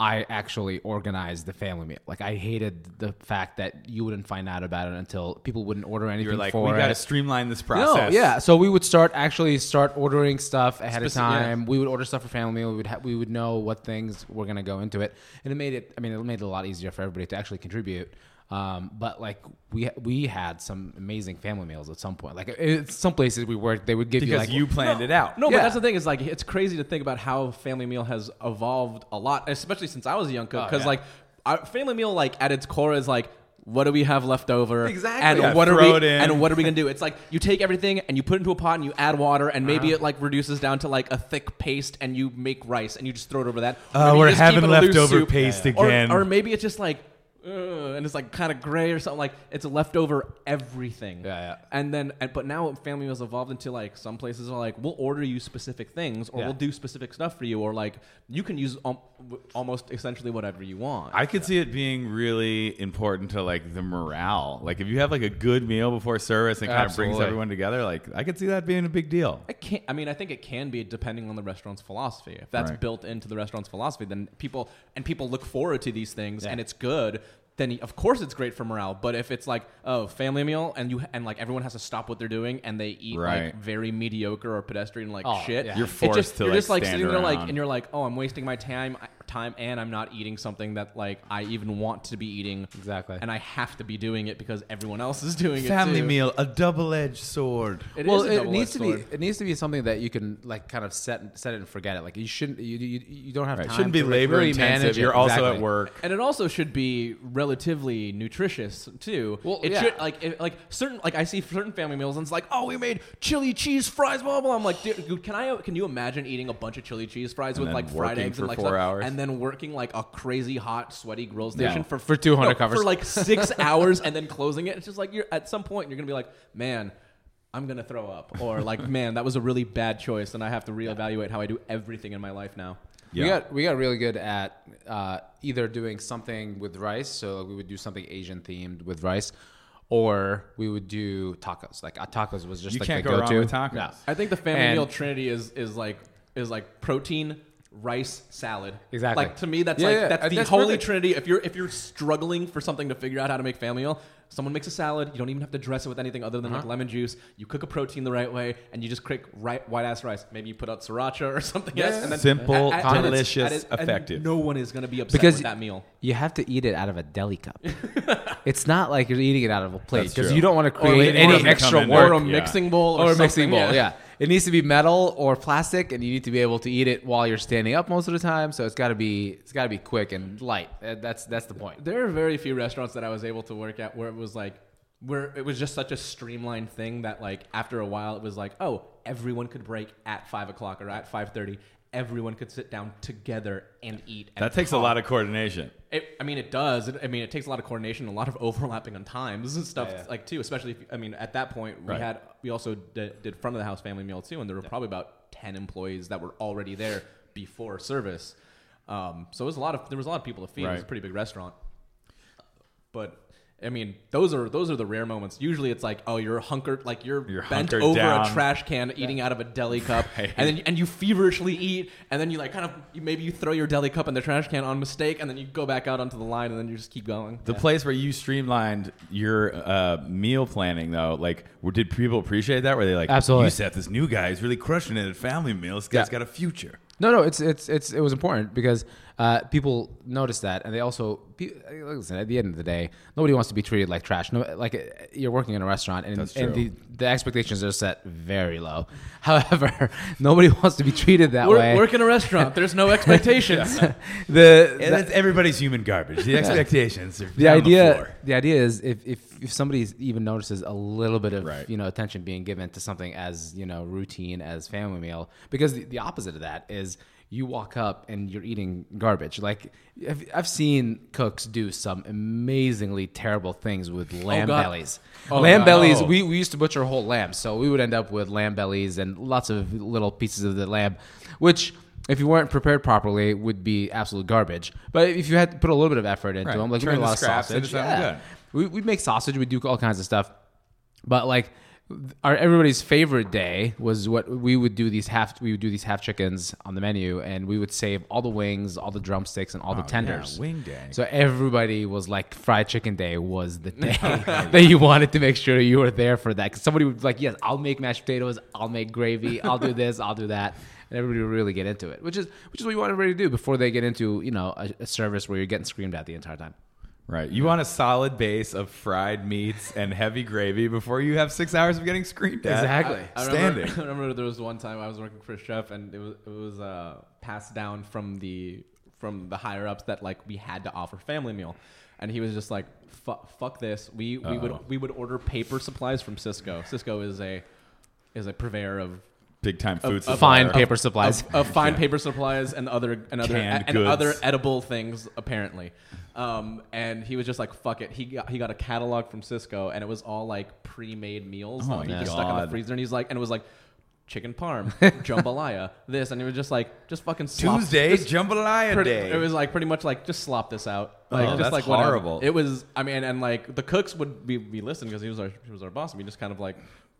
Speaker 2: I actually organized the family meal. Like I hated the fact that you wouldn't find out about it until people wouldn't order anything.
Speaker 1: You're like,
Speaker 2: for
Speaker 1: we got to
Speaker 2: it."
Speaker 1: streamline this
Speaker 2: No,
Speaker 1: process.
Speaker 2: yeah. So we would start actually start ordering stuff ahead
Speaker 3: Speci-
Speaker 2: of time. We would order stuff for family. meal. We would ha- we would know what things were gonna go into it, and it made it. I mean, it made it a lot easier for everybody to actually contribute. Um, but like we we had some amazing family meals at some point. Like it, some places we worked, they would give you
Speaker 1: because
Speaker 2: like
Speaker 1: you planned it out.
Speaker 3: No, but
Speaker 2: Yeah.
Speaker 3: that's the thing. Is like it's crazy to think about how family meal has evolved a lot, especially since I was a young cook. Because
Speaker 2: yeah.
Speaker 3: like our family meal, like at its core, is like what do we have left over
Speaker 2: Exactly.
Speaker 3: and
Speaker 1: Yeah,
Speaker 3: what are
Speaker 1: throw
Speaker 3: we
Speaker 1: it in.
Speaker 3: and what are we gonna do? It's like you take everything and you put it into a pot and you add water and maybe it like reduces down to like a thick paste and you make rice and you just throw it over that. Or
Speaker 4: Oh,
Speaker 3: maybe you
Speaker 4: we're
Speaker 3: just keep
Speaker 4: having
Speaker 3: it a loose
Speaker 4: leftover
Speaker 3: soup.
Speaker 4: paste
Speaker 3: Or-
Speaker 4: again.
Speaker 3: Or, maybe it's just like. uh, and it's like kind of gray or something like it's a leftover everything
Speaker 2: Yeah, yeah.
Speaker 3: and then, and, but now family meals evolved into like some places are like, we'll order you specific things or
Speaker 2: Yeah.
Speaker 3: we'll do specific stuff for you or like you can use um, w- almost essentially whatever you want.
Speaker 1: I could see it being really important to like the morale. Like if you have like a good meal before service and kind of brings
Speaker 2: Absolutely.
Speaker 1: everyone together, like I could see that being a big deal.
Speaker 3: I can't. I mean, I think it can be depending on the restaurant's philosophy. If that's
Speaker 1: Right.
Speaker 3: built into the restaurant's philosophy, then people and people look forward to these things, and it's good. Then of course it's great for morale. But if it's like oh family meal and you and like everyone has to stop what they're doing and they eat
Speaker 1: Right.
Speaker 3: like very mediocre or pedestrian like
Speaker 2: Oh,
Speaker 3: shit,
Speaker 2: yeah.
Speaker 1: You're
Speaker 3: it
Speaker 1: forced
Speaker 3: just,
Speaker 1: to,
Speaker 3: you're
Speaker 1: like,
Speaker 3: just like
Speaker 1: stand
Speaker 3: sitting there like
Speaker 1: around.
Speaker 3: and you're like oh I'm wasting my time time and I'm not eating something that like I even want to be eating.
Speaker 2: Exactly.
Speaker 3: And I have to be doing it because everyone else is doing it.
Speaker 4: Family
Speaker 3: too.
Speaker 4: meal, a double-edged sword.
Speaker 3: It
Speaker 2: well,
Speaker 3: is a
Speaker 2: it
Speaker 3: double-edged
Speaker 2: needs to
Speaker 3: sword.
Speaker 2: be it needs to be something that you can like kind of set set it and forget it. Like you shouldn't you you, you don't have
Speaker 1: Right.
Speaker 2: time.
Speaker 1: Shouldn't be
Speaker 2: to, like,
Speaker 1: labor
Speaker 2: really manage
Speaker 1: intensive.
Speaker 2: it.
Speaker 1: You're also
Speaker 2: Exactly.
Speaker 1: at work.
Speaker 3: And it also should be relatively nutritious too.
Speaker 2: Well,
Speaker 3: it
Speaker 2: yeah.
Speaker 3: should like it, like certain like I see certain family meals and it's like, oh, we made chili cheese fries, blah blah. blah." I'm like, dude, dude, can I can you imagine eating a bunch of chili cheese fries with
Speaker 1: then
Speaker 3: like fried
Speaker 1: working
Speaker 3: eggs
Speaker 1: for
Speaker 3: and like
Speaker 1: four
Speaker 3: stuff,
Speaker 1: hours?
Speaker 3: and then working like a crazy hot sweaty grill
Speaker 2: Yeah.
Speaker 3: station for
Speaker 2: For 200
Speaker 3: no,
Speaker 2: covers.
Speaker 3: for like six hours and then closing it. It's just like you're at some point you're gonna be like, man. I'm gonna throw up, or like, man, that was a really bad choice, and I have to reevaluate how I do everything in my life now.
Speaker 1: Yeah.
Speaker 2: We got we got really good at uh, either doing something with rice, so we would do something Asian themed with rice, or we would do tacos. Like uh, tacos was just
Speaker 1: You
Speaker 2: like
Speaker 1: can't
Speaker 2: the
Speaker 1: go wrong
Speaker 2: go-to.
Speaker 1: with tacos.
Speaker 2: Yeah.
Speaker 3: I think the family
Speaker 2: And-
Speaker 3: meal trinity is is like is like protein, rice, salad.
Speaker 2: Exactly.
Speaker 3: Like to me, that's
Speaker 2: Yeah,
Speaker 3: like
Speaker 2: yeah,
Speaker 3: that's
Speaker 2: uh,
Speaker 3: the
Speaker 2: that's
Speaker 3: holy
Speaker 2: perfect.
Speaker 3: trinity. If you're if you're struggling for something to figure out how to make family meal, someone makes a salad. You don't even have to dress it with anything other than
Speaker 2: Uh-huh.
Speaker 3: like lemon juice. You cook a protein the right way, and you just cook right white ass rice. Maybe you put out sriracha or [laughs] something else. And then
Speaker 1: Simple,
Speaker 3: and it's-
Speaker 1: delicious,
Speaker 3: and it's- and
Speaker 1: effective.
Speaker 3: no one is gonna be upset
Speaker 2: Because
Speaker 3: with that meal.
Speaker 2: You have to eat it out of a deli cup. [laughs] it's not like you're eating it out of a plate
Speaker 1: That's
Speaker 2: because
Speaker 1: true.
Speaker 2: you don't want to create
Speaker 1: later on
Speaker 2: any
Speaker 1: to come
Speaker 2: extra
Speaker 1: in
Speaker 2: work.
Speaker 1: there.
Speaker 3: Or a
Speaker 1: Yeah.
Speaker 3: mixing bowl, or,
Speaker 2: or a
Speaker 3: something,
Speaker 2: mixing bowl. Yeah. it needs to be metal or plastic, and you need to be able to eat it while you're standing up most of the time. So it's got to be it's got to be quick and light. Uh, That's that's the point.
Speaker 3: There are very few restaurants that I was able to work at where it was like where it was just such a streamlined thing that like after a while it was like oh everyone could break at five o'clock or at five thirty everyone could sit down together and eat. And
Speaker 1: That takes a
Speaker 3: talk.
Speaker 1: lot of coordination.
Speaker 3: It, I mean, it does. It, I mean, it takes a lot of coordination, a lot of [laughs] overlapping on times and stuff
Speaker 2: Yeah.
Speaker 3: like too. Especially, if, I mean, at that point we
Speaker 1: Right.
Speaker 3: had we also did, did front of the house family meal too, and there were probably about ten employees that were already there before service. Um, so it was a lot of there was a lot of people to feed. It was a
Speaker 1: Right.
Speaker 3: pretty big restaurant, but. I mean, those are those are the rare moments. Usually, it's like, oh, you're hunkered, like you're,
Speaker 1: You're
Speaker 3: bent
Speaker 1: hunkered
Speaker 3: over
Speaker 1: down.
Speaker 3: a trash can, eating out of a deli cup,
Speaker 1: [laughs] Right.
Speaker 3: and then and you feverishly eat, and then you like kind of you, maybe you throw your deli cup in the trash can on mistake, and then you go back out onto the line, and then you just keep going.
Speaker 1: The place where you streamlined your uh, meal planning, though, like, w- did people appreciate that? Were they like,
Speaker 2: Absolutely.
Speaker 1: You said this new guy is really crushing it at family meals. This guy's
Speaker 2: Yeah.
Speaker 1: got a future.
Speaker 2: No, no, it's it's it's it was important because uh, people noticed that, and they also pe- listen. At the end of the day, nobody wants to be treated like trash. No, like uh, you're working in a restaurant, and,
Speaker 1: That's
Speaker 2: and
Speaker 1: true.
Speaker 2: the, the expectations are set very low. [laughs] However, nobody [laughs] wants to be treated that way.
Speaker 3: Work, work in a restaurant.
Speaker 1: [laughs]
Speaker 3: There's no expectations.
Speaker 2: the
Speaker 4: And that's everybody's human garbage. The expectations are
Speaker 2: the
Speaker 4: down the,
Speaker 2: idea
Speaker 4: floor.
Speaker 2: the, idea is if, if if somebody even notices a little bit of
Speaker 1: Right.
Speaker 2: you know attention being given to something as you know routine as family meal because the, the opposite of that is you walk up and you're eating garbage like I've, I've seen cooks do some amazingly terrible things with lamb
Speaker 3: God.
Speaker 2: bellies
Speaker 3: Oh,
Speaker 2: lamb
Speaker 3: God.
Speaker 2: bellies
Speaker 1: Oh.
Speaker 2: we, we used to butcher whole lambs so we would end up with lamb bellies and lots of little pieces of the lamb which if you weren't prepared properly, would be absolute garbage. But if you had to put a little bit of effort into
Speaker 1: Right.
Speaker 2: them, like we
Speaker 1: Turn
Speaker 2: made a
Speaker 1: the
Speaker 2: lot of
Speaker 1: scraps into
Speaker 2: sausage.
Speaker 1: something
Speaker 2: Yeah.
Speaker 1: good.
Speaker 2: We we make sausage. We do all kinds of stuff. But like our everybody's favorite day was what we would do these half we would do these half chickens on the menu and we would save all the wings, all the drumsticks, and all the tenders.
Speaker 1: Oh, wing day.
Speaker 2: So everybody was like, fried chicken day was
Speaker 1: [laughs]
Speaker 2: the day [laughs] that you wanted to make sure you were there for that. Because somebody would be like, yes, I'll make mashed potatoes, I'll make gravy, I'll do this, I'll do that, and everybody would really get into it, which is which is what you want everybody to do before they get into you know a, a service where you're getting screamed at the entire time.
Speaker 1: Right. You want a solid base of fried meats and heavy gravy before you have six hours of getting screamed at.
Speaker 2: Exactly.
Speaker 3: I remember, [laughs]
Speaker 1: Standing.
Speaker 3: I remember there was one time I was working for a chef, and it was it was uh, passed down from the from the higher ups that like we had to offer family meal, and he was just like, "Fu- "Fuck this." We we
Speaker 1: Uh-oh.
Speaker 3: would we would order paper supplies from Cisco. Cisco is a is a purveyor of
Speaker 1: Big time food
Speaker 3: of-
Speaker 1: supplier.
Speaker 2: Fine paper supplies.
Speaker 3: of, of
Speaker 1: [laughs]
Speaker 3: fine paper supplies and other and other
Speaker 1: Canned
Speaker 3: and
Speaker 1: goods.
Speaker 3: other edible things apparently. Um, and he was just like, "Fuck it." He got he got a catalog from Cisco, and it was all like pre-made meals.
Speaker 1: Oh
Speaker 3: that
Speaker 1: my
Speaker 3: he just stuck in the
Speaker 1: God.
Speaker 3: freezer, and he's like, and it was like.
Speaker 1: [laughs]
Speaker 3: Chicken parm, jambalaya, this, and it was just like just fucking slop.
Speaker 1: Tuesday,
Speaker 3: just
Speaker 1: jambalaya
Speaker 3: pretty-
Speaker 1: day.
Speaker 3: It was like pretty much like just slop this out, like
Speaker 1: Oh,
Speaker 3: just
Speaker 1: that's
Speaker 3: like whatever.
Speaker 1: horrible.
Speaker 3: It was, I mean, and like the cooks would be, be listening because he was our he was our boss, and we just kind of like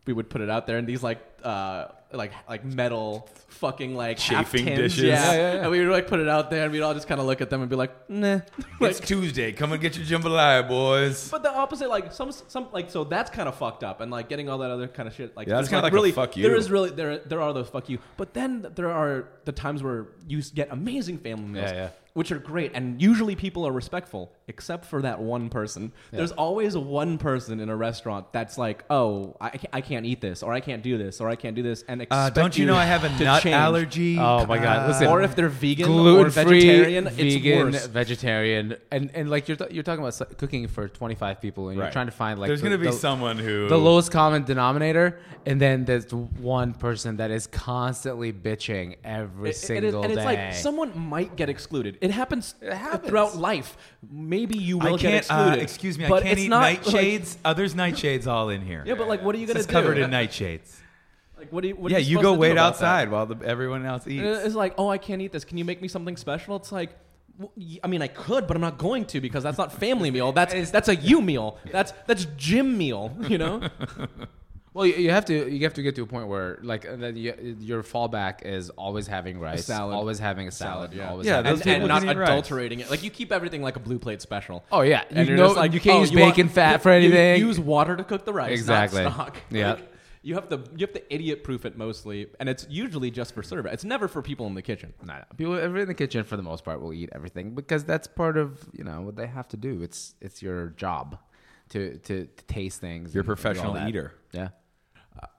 Speaker 3: we would put it out there, and these like uh, like like metal fucking like
Speaker 1: Chafing
Speaker 3: half tins,
Speaker 1: dishes.
Speaker 3: Yeah.
Speaker 1: Yeah,
Speaker 2: yeah, yeah.
Speaker 3: and we would like put it out there, and we'd all just kind of look at them and be like, nah. Like,
Speaker 4: it's Tuesday. Come and get your jambalaya, boys.
Speaker 3: but the opposite, like some some like so that's kind of fucked up, and like getting all that other kind of shit, like
Speaker 1: Yeah, that's
Speaker 3: there's,
Speaker 1: kinda like a
Speaker 3: really
Speaker 1: fuck you.
Speaker 3: There is really there there are those fuck you, but then there are the times where you s- get amazing family meals,
Speaker 2: Yeah, yeah.
Speaker 3: which are great, and usually people are respectful, except for that one person. There's always one person in a restaurant that's like, oh, I, ca- I can't eat this, or I can't do this, or I can't do this, and expect
Speaker 4: Uh, don't you know I have a
Speaker 3: to
Speaker 4: nut
Speaker 3: change.
Speaker 4: allergy?
Speaker 2: Oh my
Speaker 1: Uh,
Speaker 2: God, listen.
Speaker 3: Or if they're vegan or
Speaker 2: gluten-free,
Speaker 3: vegetarian,
Speaker 2: vegan,
Speaker 3: it's worse.
Speaker 2: vegetarian, and and like you're you're talking about s- cooking for 25 people, and you're
Speaker 1: Right.
Speaker 2: trying to find like
Speaker 1: There's
Speaker 2: the-
Speaker 1: gonna be
Speaker 2: the-
Speaker 1: someone who
Speaker 2: the lowest common denominator, and then there's one person that is constantly bitching every
Speaker 3: It- it
Speaker 2: single
Speaker 3: is- and
Speaker 2: day.
Speaker 3: it's like someone might get excluded. It happens,
Speaker 2: happens.
Speaker 3: throughout life. Maybe you will
Speaker 4: I
Speaker 3: get
Speaker 4: can't. Uh,
Speaker 3: excluded.
Speaker 4: excuse me. I
Speaker 3: But
Speaker 4: can't
Speaker 3: it's
Speaker 4: eat
Speaker 3: not,
Speaker 4: nightshades.
Speaker 3: Like,
Speaker 4: oh, there's nightshades all in here.
Speaker 3: yeah, but like, what are you
Speaker 4: This
Speaker 3: gonna
Speaker 4: is
Speaker 3: do?
Speaker 4: covered in nightshades.
Speaker 3: Like, what do you? What are
Speaker 4: Yeah, you
Speaker 3: supposed
Speaker 4: go
Speaker 3: to do
Speaker 4: wait
Speaker 3: about that?
Speaker 4: outside while the, everyone else eats.
Speaker 3: And It's like, oh, I can't eat this. Can you make me something special? It's like, w- y- I mean, I could, but I'm not going to because that's not family
Speaker 4: [laughs]
Speaker 3: meal. That's that's a you meal. That's that's gym meal.
Speaker 4: [laughs]
Speaker 3: You know.
Speaker 2: well, you, you have to you have to get to a point where like uh, that you, your fallback is always having rice,
Speaker 3: salad.
Speaker 2: always having a salad,
Speaker 3: Salad, yeah.
Speaker 2: always
Speaker 4: Yeah,
Speaker 2: having-
Speaker 4: those
Speaker 3: and, and
Speaker 4: people
Speaker 3: not
Speaker 4: can eat rice.
Speaker 3: adulterating it. Like you keep everything like a blue plate special.
Speaker 2: Oh yeah,
Speaker 3: And
Speaker 2: you
Speaker 3: you're
Speaker 2: know
Speaker 3: just like,
Speaker 2: you can't
Speaker 3: oh,
Speaker 2: use
Speaker 3: you want-
Speaker 2: bacon fat for
Speaker 3: you-
Speaker 2: anything.
Speaker 3: use water to cook the rice,
Speaker 2: Exactly.
Speaker 3: not stock. [laughs]
Speaker 2: Yeah.
Speaker 3: Like, you have to you have to idiot proof it mostly, and it's usually just for server. It's never for people in the kitchen.
Speaker 2: No, no. People everyone in the kitchen for the most part will eat everything because that's part of you know what they have to do. It's it's your job to to, to taste things.
Speaker 1: You're a
Speaker 2: and do all
Speaker 1: professional
Speaker 2: that.
Speaker 1: eater.
Speaker 2: Yeah.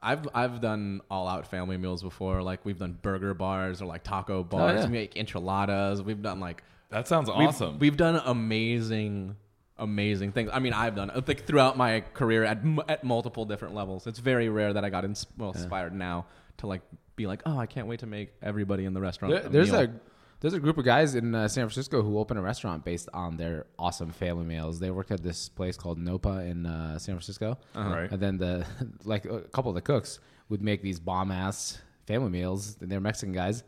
Speaker 3: I've I've done all out family meals before. Like we've done burger bars or like taco bars.
Speaker 2: Oh, yeah.
Speaker 3: We make enchiladas. We've done like
Speaker 1: That sounds
Speaker 3: we've-
Speaker 1: awesome.
Speaker 3: We've, done amazing, amazing things. I mean, I've done uh, like throughout my career at m- at multiple different levels. It's very rare that I got ins- well, inspired now to like be like, oh, I can't wait to make everybody in the restaurant.
Speaker 2: There-
Speaker 3: a
Speaker 2: there's
Speaker 3: meal."
Speaker 2: a there's a group of guys in uh, San Francisco who opened a restaurant based on their awesome family meals. They worked at this place called Nopa in uh, San Francisco,
Speaker 1: Right.
Speaker 2: and then the [laughs] like a couple of the cooks would make these bomb ass family meals. And they're Mexican guys,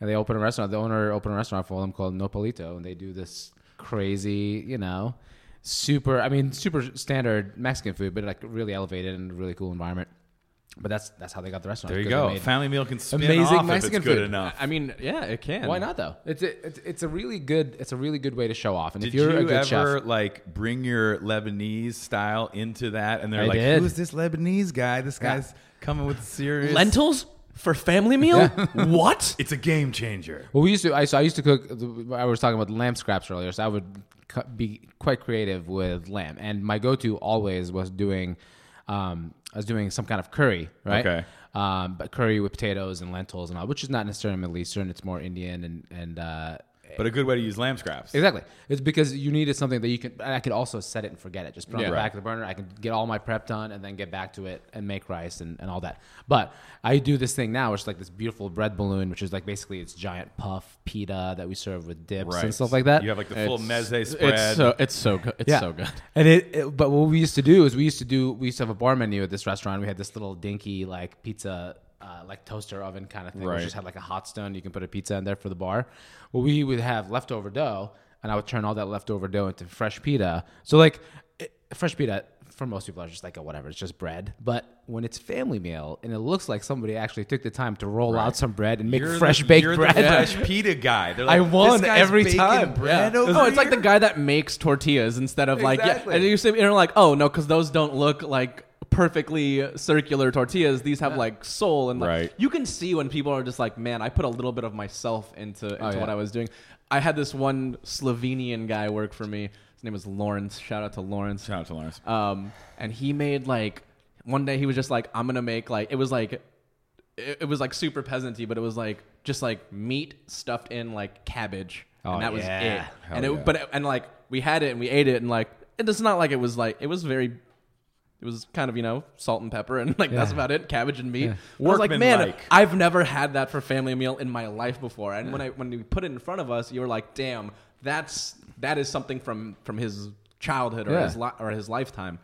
Speaker 2: and they open a restaurant. The owner opened a restaurant for them called Nopalito, and they do this crazy, you know, super. I mean, super standard Mexican food, but like really elevated and really cool environment. But that's that's how they got the restaurant.
Speaker 1: there you
Speaker 2: because they
Speaker 1: go.
Speaker 2: made-
Speaker 1: Family meal can spin
Speaker 2: amazing
Speaker 1: off if
Speaker 2: Mexican
Speaker 1: it's good
Speaker 2: food.
Speaker 1: enough.
Speaker 3: I mean, yeah, it can.
Speaker 2: why not though? It's a it's, it's a really good it's a really good way to show off. And
Speaker 1: Did
Speaker 2: if you're
Speaker 1: you
Speaker 2: a good
Speaker 1: ever
Speaker 2: chef,
Speaker 1: like bring your Lebanese style into that? And they're
Speaker 2: I
Speaker 1: like,
Speaker 2: did.
Speaker 4: Who's this Lebanese guy? This
Speaker 2: Yeah.
Speaker 4: guy's coming with serious
Speaker 3: Lentils for family meal? [laughs] what?
Speaker 4: It's a game changer.
Speaker 2: well, we used to I so I used to cook. I was talking about lamb scraps earlier, so I would cu- be quite creative with lamb. And my go-to always was doing, um, I was doing some kind of curry, right?
Speaker 1: Okay.
Speaker 2: Um, but curry with potatoes and lentils and all, which is not necessarily Middle Eastern. It's more Indian and and uh,
Speaker 1: but a good way to use lamb scraps.
Speaker 2: Exactly. It's because you needed something that you can. and I could also set it and forget it. Just put it on
Speaker 3: Yeah.
Speaker 2: the back of the burner. I can get all my prep done and then get back to it and make rice and, and all that. But I do this thing now, which is like this beautiful bread balloon, which is like basically it's giant puff pita that we serve with dips and stuff like that.
Speaker 1: You have like the full
Speaker 3: It's-
Speaker 1: meze spread.
Speaker 3: It's so it's so good. It's
Speaker 2: Yeah.
Speaker 3: so
Speaker 2: [laughs]
Speaker 3: good.
Speaker 2: And it, it- but what we used to do is we used to do we used to have a bar menu at this restaurant. We had this little dinky like pizza. Uh, like toaster oven kind of thing.
Speaker 1: Right.
Speaker 2: We just had like a hot stone. You can put a pizza in there for the bar. Well, we would have leftover dough, and I would turn all that leftover dough into fresh pita. So like, it, fresh pita for most people are just like oh, whatever. It's just bread. But when it's family meal and it looks like somebody actually took the time to roll out some bread and make
Speaker 1: You're
Speaker 2: fresh
Speaker 1: the,
Speaker 2: baked
Speaker 1: you're
Speaker 2: bread. [laughs]
Speaker 1: The fresh pita guy. They're like,
Speaker 2: I won
Speaker 4: This guy's
Speaker 2: every
Speaker 4: baking
Speaker 2: time.
Speaker 4: Bread
Speaker 2: Yeah.
Speaker 4: over
Speaker 3: Oh, it's like the
Speaker 4: here?
Speaker 3: guy that makes tortillas instead of like
Speaker 2: Exactly.
Speaker 3: yeah. And you say you're like, oh no, because those don't look like perfectly circular tortillas. These have like soul and like,
Speaker 1: Right.
Speaker 3: You can see when people are just like, man, I put a little bit of myself into into
Speaker 2: yeah.
Speaker 3: what I was doing. I had this one Slovenian guy work for me. His name was Lawrence. Shout out to Lawrence.
Speaker 1: Shout out to Lawrence.
Speaker 3: Um, and he made like one day he was just like, I'm gonna make like it was like it, it was like super peasanty, but it was like just like meat stuffed in like cabbage,
Speaker 2: Oh,
Speaker 3: and that
Speaker 2: yeah.
Speaker 3: was it. and it,
Speaker 1: yeah.
Speaker 3: but it, and like we had it and we ate it, and like it- it's not like it was like it was very. It was kind of you know salt and pepper and [laughs] like that's about it cabbage and meat. I was like, man,
Speaker 1: Workmanlike.
Speaker 3: I've never had that for family meal in my life before. And when I when you put it in front of us, you were like, damn, that's that is something from from his childhood or
Speaker 2: Yeah.
Speaker 3: his li- or his lifetime.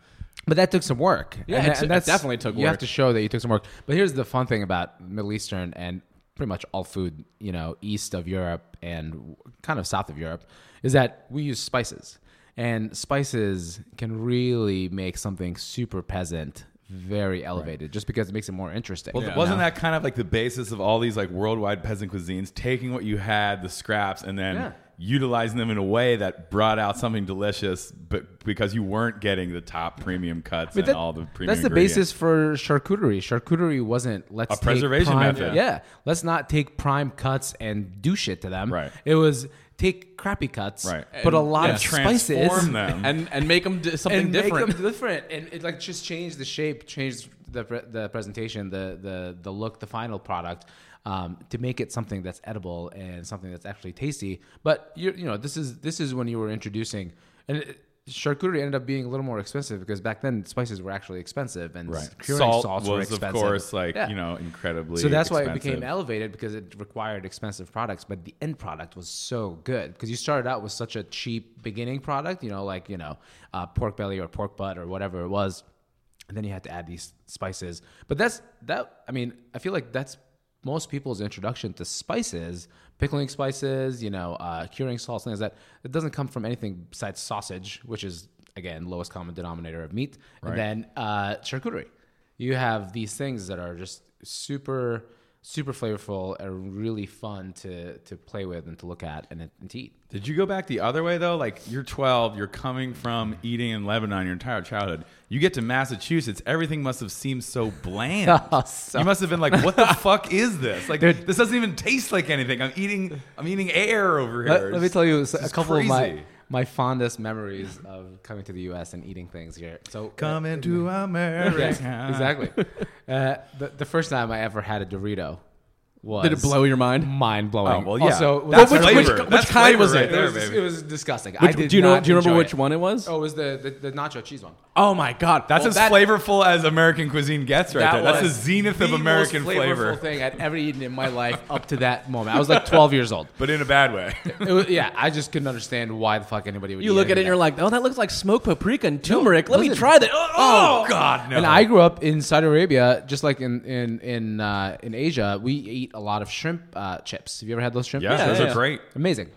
Speaker 2: But that took some work.
Speaker 3: Yeah,
Speaker 2: And
Speaker 3: it
Speaker 2: that-
Speaker 3: took-
Speaker 2: and
Speaker 3: it definitely took
Speaker 2: You
Speaker 3: work.
Speaker 2: have to show that you took some work. But here's the fun thing about Middle Eastern and pretty much all food, you know, east of Europe and kind of south of Europe, is that we use spices, and spices can really make something super peasant very elevated just because it makes it more interesting.
Speaker 1: Well, wasn't that kind of like the basis of all these like worldwide peasant cuisines, taking what you had, the scraps, and then
Speaker 3: Yeah.
Speaker 1: utilizing them in a way that brought out something delicious, but because you weren't getting the top premium cuts
Speaker 2: But
Speaker 1: and
Speaker 2: that-
Speaker 1: all the premium.
Speaker 2: That's the
Speaker 1: ingredients.
Speaker 2: basis for charcuterie. Charcuterie wasn't let's
Speaker 1: A
Speaker 2: take
Speaker 1: preservation
Speaker 2: prime-
Speaker 1: method.
Speaker 2: Yeah, let's not take prime cuts and do shit to them.
Speaker 1: Right.
Speaker 2: It was take crappy cuts,
Speaker 1: Right.
Speaker 2: Put a
Speaker 3: And-
Speaker 2: lot
Speaker 1: Yeah,
Speaker 2: of spices
Speaker 1: transform them.
Speaker 3: and and make them d- something
Speaker 2: and
Speaker 3: different.
Speaker 2: make them different, and it like just change the shape, change the pre- the presentation, the the the look, the final product. Um, to make it something that's edible and something that's actually tasty, but you you know this is this is when you were introducing and it, charcuterie ended up being a little more expensive because back then spices were actually expensive and
Speaker 1: right.
Speaker 2: curing
Speaker 1: Salt
Speaker 2: salts were
Speaker 1: was of
Speaker 2: expensive.
Speaker 1: course like
Speaker 2: Yeah.
Speaker 1: you know incredibly.
Speaker 2: So that's why it
Speaker 1: expensive.
Speaker 2: became elevated because it required expensive products, but the end product was so good because you started out with such a cheap beginning product, you know, like you know, uh, pork belly or pork butt or whatever it was, and then you had to add these spices. But that's that. I mean, I feel like that's most people's introduction to spices, pickling spices, you know, uh, curing salts, things like that. It doesn't come from anything besides sausage, which is again lowest common denominator of meat, and then uh, charcuterie you have these things that are just super super flavorful and really fun to to play with and to look at and, and to eat
Speaker 1: Did you go back the other way though? Like you're 12, you're coming from eating in Lebanon your entire childhood. You get to Massachusetts, everything must have seemed so bland.
Speaker 2: [laughs] Oh, so-
Speaker 1: you must have been like,
Speaker 2: [laughs]
Speaker 1: "What the fuck is this? Like
Speaker 2: Dude.
Speaker 1: this doesn't even taste like anything. I'm eating, I'm eating air over here."
Speaker 2: let, let me tell you s- a
Speaker 1: is
Speaker 2: couple of my
Speaker 1: crazy.
Speaker 2: my fondest memories of coming to the us and eating things here so
Speaker 4: Come into America.
Speaker 2: Yes,
Speaker 3: [laughs]
Speaker 2: exactly uh, the, the first time i ever had a dorito was
Speaker 3: Did it blow your mind?
Speaker 2: mind blowing
Speaker 1: Oh, well, yeah.
Speaker 2: also,
Speaker 1: That's
Speaker 2: which-
Speaker 1: flavor.
Speaker 2: which-
Speaker 1: That's
Speaker 2: which
Speaker 1: flavor
Speaker 2: kind was
Speaker 1: right
Speaker 2: it
Speaker 1: there,
Speaker 2: it, was,
Speaker 1: baby.
Speaker 2: it was disgusting I
Speaker 3: Which,
Speaker 2: did
Speaker 3: do you know?
Speaker 2: not
Speaker 3: Do you remember
Speaker 2: enjoy
Speaker 3: which
Speaker 2: it.
Speaker 3: one it was?
Speaker 2: oh it was the, the the nacho cheese one
Speaker 3: Oh my god,
Speaker 1: That's
Speaker 3: Well,
Speaker 1: as
Speaker 3: that-
Speaker 1: flavorful as American cuisine gets right there. That's the
Speaker 2: was
Speaker 1: zenith
Speaker 2: the
Speaker 1: of
Speaker 2: most
Speaker 1: American
Speaker 2: flavorful
Speaker 1: flavor,
Speaker 2: thing I'd ever eaten in my life up to that moment. I was like 12 years old.
Speaker 1: but in a bad
Speaker 2: [laughs]
Speaker 1: way. [laughs]
Speaker 2: It was- yeah, I just couldn't understand why the fuck anybody would.
Speaker 3: You
Speaker 2: eat
Speaker 3: look at it
Speaker 2: anything
Speaker 3: and you're like, oh, that looks like smoked paprika and turmeric. Let me
Speaker 2: listen.
Speaker 3: try that. Oh, oh,
Speaker 1: God, no.
Speaker 2: And I grew up in Saudi Arabia, just like in in in uh, in Asia. We eat a lot of shrimp uh, chips. Have you ever had those shrimp?
Speaker 1: yeah,
Speaker 3: Yeah,
Speaker 1: those
Speaker 3: yeah,
Speaker 1: are
Speaker 3: yeah.
Speaker 1: great.
Speaker 2: Amazing.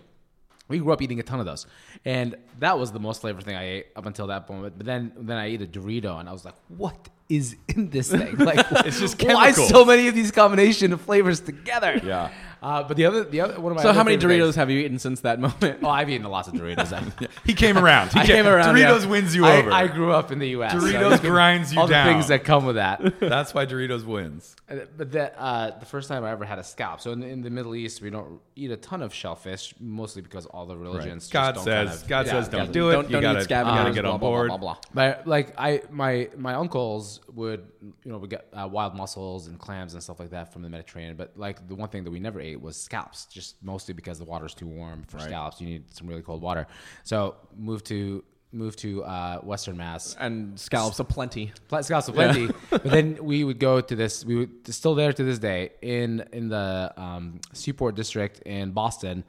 Speaker 2: We grew up eating a ton of those, and that was the most flavor thing I ate up until that moment. But then, then I ate a Dorito, and I was like, "What is in this thing?
Speaker 1: [laughs]
Speaker 2: Like, it's
Speaker 1: just
Speaker 2: why
Speaker 1: chemicals.
Speaker 2: so many of these combination of flavors together?"
Speaker 1: Yeah.
Speaker 2: Uh, but the other, the other one of my
Speaker 3: So
Speaker 2: other
Speaker 3: how many
Speaker 2: favorite
Speaker 3: Doritos
Speaker 2: things-
Speaker 3: have you eaten since that moment?
Speaker 2: oh, I've eaten lots of
Speaker 1: [laughs]
Speaker 2: Doritos. I,
Speaker 1: He came around. He
Speaker 2: [laughs] I came around.
Speaker 1: Doritos
Speaker 2: yeah.
Speaker 1: wins you
Speaker 2: I,
Speaker 1: over.
Speaker 2: I grew up in the U.S. so
Speaker 1: Doritos
Speaker 2: can-
Speaker 1: grinds you
Speaker 2: all
Speaker 1: down.
Speaker 2: the things that come with that.
Speaker 1: That's why Doritos wins.
Speaker 2: Uh, but that uh, the first time I ever had a scalp. So in, in the Middle East, we don't eat a ton of shellfish, mostly because all the religions. just
Speaker 1: God
Speaker 2: [laughs] don't
Speaker 1: says,
Speaker 2: kind of-
Speaker 1: God
Speaker 2: Yeah,
Speaker 1: says,
Speaker 2: yeah.
Speaker 1: don't do it.
Speaker 3: Don't-
Speaker 1: you
Speaker 3: don't eat
Speaker 1: gotta, you
Speaker 3: scavengers,
Speaker 1: gotta get
Speaker 3: blah,
Speaker 1: on
Speaker 3: blah, blah,
Speaker 1: board.
Speaker 3: blah, blah.
Speaker 2: But like I, my my uncles would, you know, we got uh, wild mussels and clams and stuff like that from the Mediterranean. But like the one thing that we never ate was scallops, just mostly because the water's too warm for scallops. You need some really cold water. So move to move to uh, Western Mass.
Speaker 3: And scallops aplenty.
Speaker 2: Pl- Scouts of Plenty.
Speaker 1: [laughs]
Speaker 2: but then we would go to this. We would it's still there to this day in in the um, Seaport District in Boston.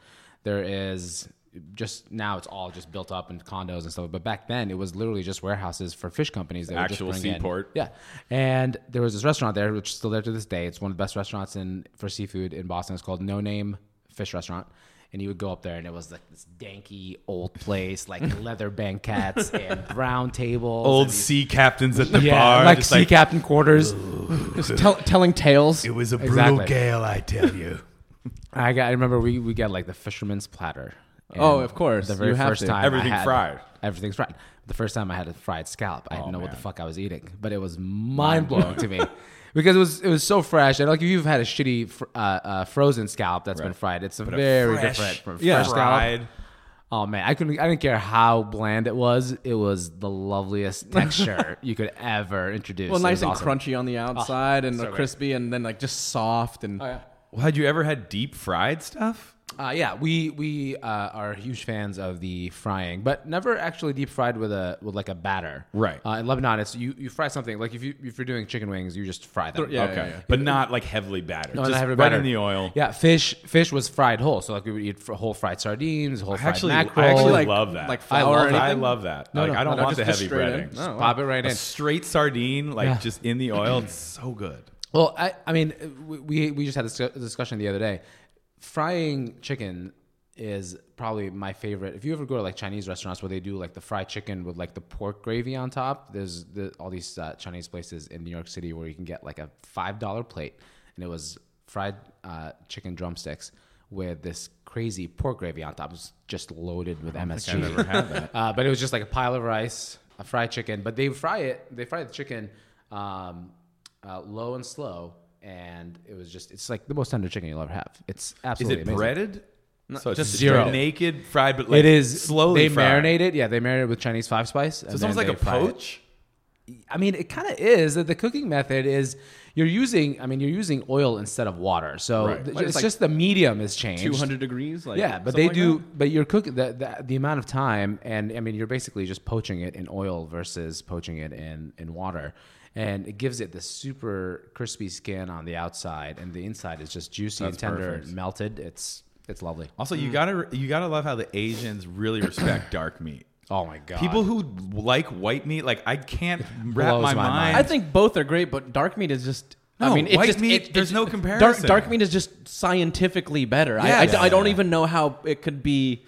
Speaker 2: There is just now it's all just built up in condos and stuff. But back then it was literally just warehouses for fish companies. That would just
Speaker 1: Actual
Speaker 2: bring in-
Speaker 1: seaport.
Speaker 2: yeah, and there was this restaurant there, which is still there to this day. It's one of the best restaurants in for seafood in Boston. It's called No Name Fish Restaurant. And you would go up there, and it was like this danky old place, like [laughs] leather banquettes and brown tables, and
Speaker 1: Old
Speaker 2: these-
Speaker 1: sea captains at the bar.
Speaker 2: like
Speaker 1: just
Speaker 2: sea captain quarters.
Speaker 3: Tell, telling tales.
Speaker 4: It was a brutal
Speaker 2: Exactly.
Speaker 4: gale, I tell
Speaker 1: [laughs]
Speaker 4: you.
Speaker 2: I got. I remember we we got like the fisherman's platter. And
Speaker 3: Oh, of course.
Speaker 2: The very
Speaker 3: You have
Speaker 2: first
Speaker 3: to.
Speaker 2: time I
Speaker 1: Everything
Speaker 2: had-
Speaker 1: fried. Oh,
Speaker 2: Everything's fried. The first time I had a fried scallop, I didn't know what the
Speaker 1: man.
Speaker 2: fuck I was eating, but it was mind blowing
Speaker 3: [laughs]
Speaker 2: to me because it was it was so fresh. And like if you've had a shitty fr- uh, uh, frozen scallop that's been
Speaker 1: Right.
Speaker 2: fried, it's very
Speaker 1: fresh,
Speaker 2: different from a
Speaker 1: yeah.
Speaker 2: fresh scallop.
Speaker 1: fried.
Speaker 2: Oh man, I couldn't. I didn't care how bland it was. It was
Speaker 3: [laughs]
Speaker 2: the loveliest texture you could ever introduce.
Speaker 3: Well,
Speaker 2: It
Speaker 3: nice
Speaker 2: was
Speaker 3: and
Speaker 2: awesome.
Speaker 3: crunchy on the outside and
Speaker 2: so Oh, good.
Speaker 3: crispy, and then like just soft and.
Speaker 1: Well, had you ever had deep fried stuff?
Speaker 2: Uh, yeah, we we uh, are huge fans of the frying, but never actually deep fried with a with like a batter.
Speaker 1: Right.
Speaker 2: Uh, in Lebanon, it's you, you fry something like if you if you're doing chicken wings, you just fry them.
Speaker 3: Yeah,
Speaker 1: okay,
Speaker 3: yeah, yeah.
Speaker 1: but not like heavily battered.
Speaker 2: No,
Speaker 1: just
Speaker 2: not have it
Speaker 1: right
Speaker 2: battered.
Speaker 1: in the oil.
Speaker 2: Yeah, fish fish was fried whole, so like we would eat fr- whole fried sardines, whole fried
Speaker 1: actually- I
Speaker 2: mackerel.
Speaker 1: actually
Speaker 2: like,
Speaker 1: like- love that.
Speaker 3: Like
Speaker 2: I
Speaker 3: flour or
Speaker 2: love that.
Speaker 1: I
Speaker 3: anything.
Speaker 1: love that.
Speaker 2: No,
Speaker 1: like,
Speaker 2: no,
Speaker 1: I don't
Speaker 2: no,
Speaker 1: want
Speaker 3: just-
Speaker 1: the
Speaker 3: just
Speaker 1: heavy
Speaker 3: straight
Speaker 1: breading.
Speaker 3: in. No.
Speaker 2: pop it right
Speaker 1: A
Speaker 2: in.
Speaker 1: straight sardine, like
Speaker 2: Yeah.
Speaker 1: just in the oil. It's so good.
Speaker 2: Well, I, I mean, we, we just had this discussion the other day. Frying chicken is probably my favorite. If you ever go to like Chinese restaurants where they do like the fried chicken with like the pork gravy on top, there's the, all these uh, Chinese places in New York City where you can get like a five dollar plate, and it was fried uh, chicken drumsticks with this crazy pork gravy on top. It was just loaded with MSG.
Speaker 1: I've never had that.
Speaker 2: [laughs] Uh, but it was just like a pile of rice, a fried chicken. But they fry it. They fry the chicken um, uh, low and slow, and it was just. It's like the most tender chicken you'll ever have. It's
Speaker 1: Is
Speaker 2: absolutely
Speaker 1: it
Speaker 2: amazing.
Speaker 1: breaded? so it's
Speaker 2: just
Speaker 1: just
Speaker 2: zero.
Speaker 1: naked fried, but like
Speaker 2: it is
Speaker 1: slowly.
Speaker 2: They
Speaker 1: fried.
Speaker 2: marinate it. Yeah, they marinate it with Chinese five spice.
Speaker 1: So it's almost like a poach.
Speaker 2: I mean, it kind of is. The cooking method is you're using. I mean, you're using oil instead of water. So
Speaker 1: Right.
Speaker 2: th-
Speaker 3: But it's
Speaker 2: it's
Speaker 3: like
Speaker 2: just the medium is changed.
Speaker 3: Two hundred degrees, like
Speaker 2: yeah, but
Speaker 3: something
Speaker 2: they
Speaker 3: like
Speaker 2: do.
Speaker 3: that?
Speaker 2: But you're cooking the, the the amount of time, and I mean, you're basically just poaching it in oil versus poaching it in in water, and it gives it this super crispy skin on the outside, and the inside is just juicy
Speaker 1: That's
Speaker 2: and tender
Speaker 1: perfect.
Speaker 2: and melted. It's it's lovely.
Speaker 1: Also, you gotta you gotta love how the Asians really
Speaker 2: [coughs]
Speaker 1: respect dark meat.
Speaker 2: Oh my god!
Speaker 1: People who like white meat, like I can't wrap
Speaker 2: Blows
Speaker 1: my,
Speaker 2: my
Speaker 1: mind.
Speaker 2: mind.
Speaker 3: I think both are great, but dark meat is just.
Speaker 1: No,
Speaker 3: I mean, it's
Speaker 1: white
Speaker 3: just,
Speaker 1: meat,
Speaker 3: it- it-
Speaker 1: there's no
Speaker 3: dark-
Speaker 1: comparison.
Speaker 3: Dark, meat is just scientifically better. I, I,
Speaker 1: Yes.
Speaker 3: I don't even know how it could be.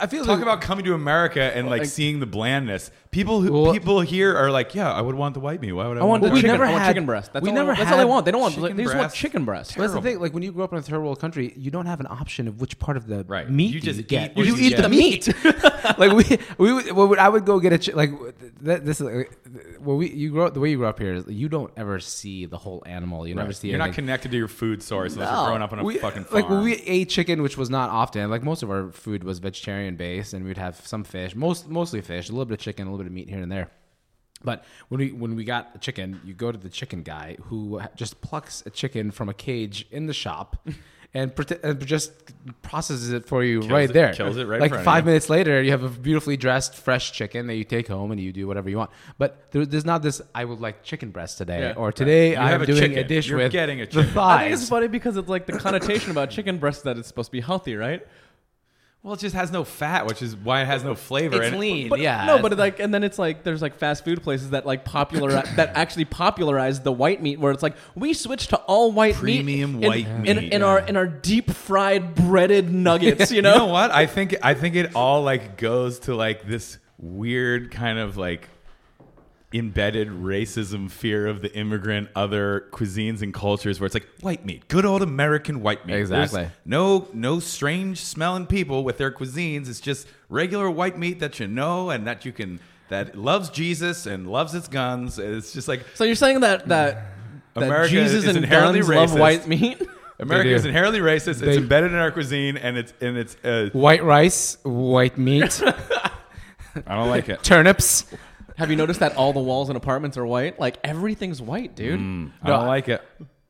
Speaker 2: I feel
Speaker 1: Talk
Speaker 2: like-
Speaker 1: about coming to America and like seeing the blandness. People who
Speaker 2: Well-
Speaker 1: people here are like, yeah, I would want the white meat. Why would I,
Speaker 3: I want
Speaker 1: the
Speaker 3: the
Speaker 2: we
Speaker 1: white
Speaker 3: chicken.
Speaker 2: never
Speaker 3: I want
Speaker 2: had-
Speaker 3: chicken breast. That's,
Speaker 2: we
Speaker 3: all,
Speaker 2: never
Speaker 3: I, that's all they
Speaker 2: had
Speaker 3: want. They don't want.
Speaker 1: chicken
Speaker 3: They just want
Speaker 1: breast.
Speaker 3: chicken breast.
Speaker 2: But that's the thing. Like when you grow up in a third world country, you don't have an option of which part of the
Speaker 1: Right.
Speaker 2: meat
Speaker 1: You
Speaker 2: you
Speaker 1: just
Speaker 2: you get.
Speaker 1: eat what
Speaker 2: you,
Speaker 1: you [laughs]
Speaker 2: eat
Speaker 1: get.
Speaker 2: the meat. [laughs] like we, we, would- well, I would go get a chi- like th- this is like, well, we you grow up the way you grow up here is you don't ever see the whole animal. You never see.
Speaker 1: You're not
Speaker 2: everything.
Speaker 1: connected to your food source unless you're growing up on a
Speaker 2: We-
Speaker 1: fucking farm.
Speaker 2: like when we ate chicken, which was not often. Like most of our food was vegetarian based, and we'd have some fish, most mostly fish, a little bit of chicken, a little bit of meat here and there. But when we when we got a chicken, you go to the chicken guy who just plucks a chicken from a cage in
Speaker 1: [laughs]
Speaker 2: the shop. And prote- and just processes it for you right
Speaker 1: it-
Speaker 2: there.
Speaker 1: kills it right in
Speaker 2: Like
Speaker 1: front of
Speaker 2: five
Speaker 1: you.
Speaker 2: minutes later, you have a beautifully dressed, fresh chicken that you take home and you do whatever you want. But there, there's not this. I would like chicken breast today,
Speaker 3: Yeah.
Speaker 2: or today
Speaker 1: You
Speaker 2: I'm
Speaker 1: have a
Speaker 2: doing a
Speaker 1: chicken.
Speaker 2: dish
Speaker 1: You're
Speaker 2: with
Speaker 1: getting a
Speaker 2: the
Speaker 1: chicken.
Speaker 2: thighs.
Speaker 3: I think it's funny because it's like the connotation about chicken breast is that it's supposed to be healthy, right?
Speaker 1: well, it just has no fat, which is why it has no flavor.
Speaker 2: It's
Speaker 1: and-
Speaker 2: lean,
Speaker 3: But
Speaker 2: yeah.
Speaker 3: no, but like, and then it's like there's like fast food places that like [coughs] popular that actually popularize the white meat, where it's like we switch to all white
Speaker 1: Premium
Speaker 3: meat in-
Speaker 1: white
Speaker 3: in,
Speaker 1: meat.
Speaker 3: in, our in our deep fried [laughs] breaded nuggets. You
Speaker 1: You
Speaker 3: know,
Speaker 1: know what? I think I think it all like goes to like this weird kind of like embedded racism fear of the immigrant other cuisines and cultures where it's like white meat good old american white meat There's
Speaker 2: Exactly.
Speaker 1: no no strange smelling people with their cuisines it's just regular white meat that you know and that you can that loves jesus and loves its guns it's just like
Speaker 3: so you're saying that that, that
Speaker 1: America
Speaker 3: Jesus
Speaker 1: is
Speaker 3: and
Speaker 1: inherently
Speaker 3: guns
Speaker 1: racist.
Speaker 3: love white meat. [laughs]
Speaker 1: america
Speaker 2: They do.
Speaker 1: is inherently racist it's
Speaker 2: They-
Speaker 1: embedded in our cuisine and it's and it's uh,
Speaker 2: White rice, white meat,
Speaker 1: [laughs] i don't like it
Speaker 2: turnips.
Speaker 3: Have you noticed that all the walls in apartments are white? Like everything's white, dude.
Speaker 1: i don't like it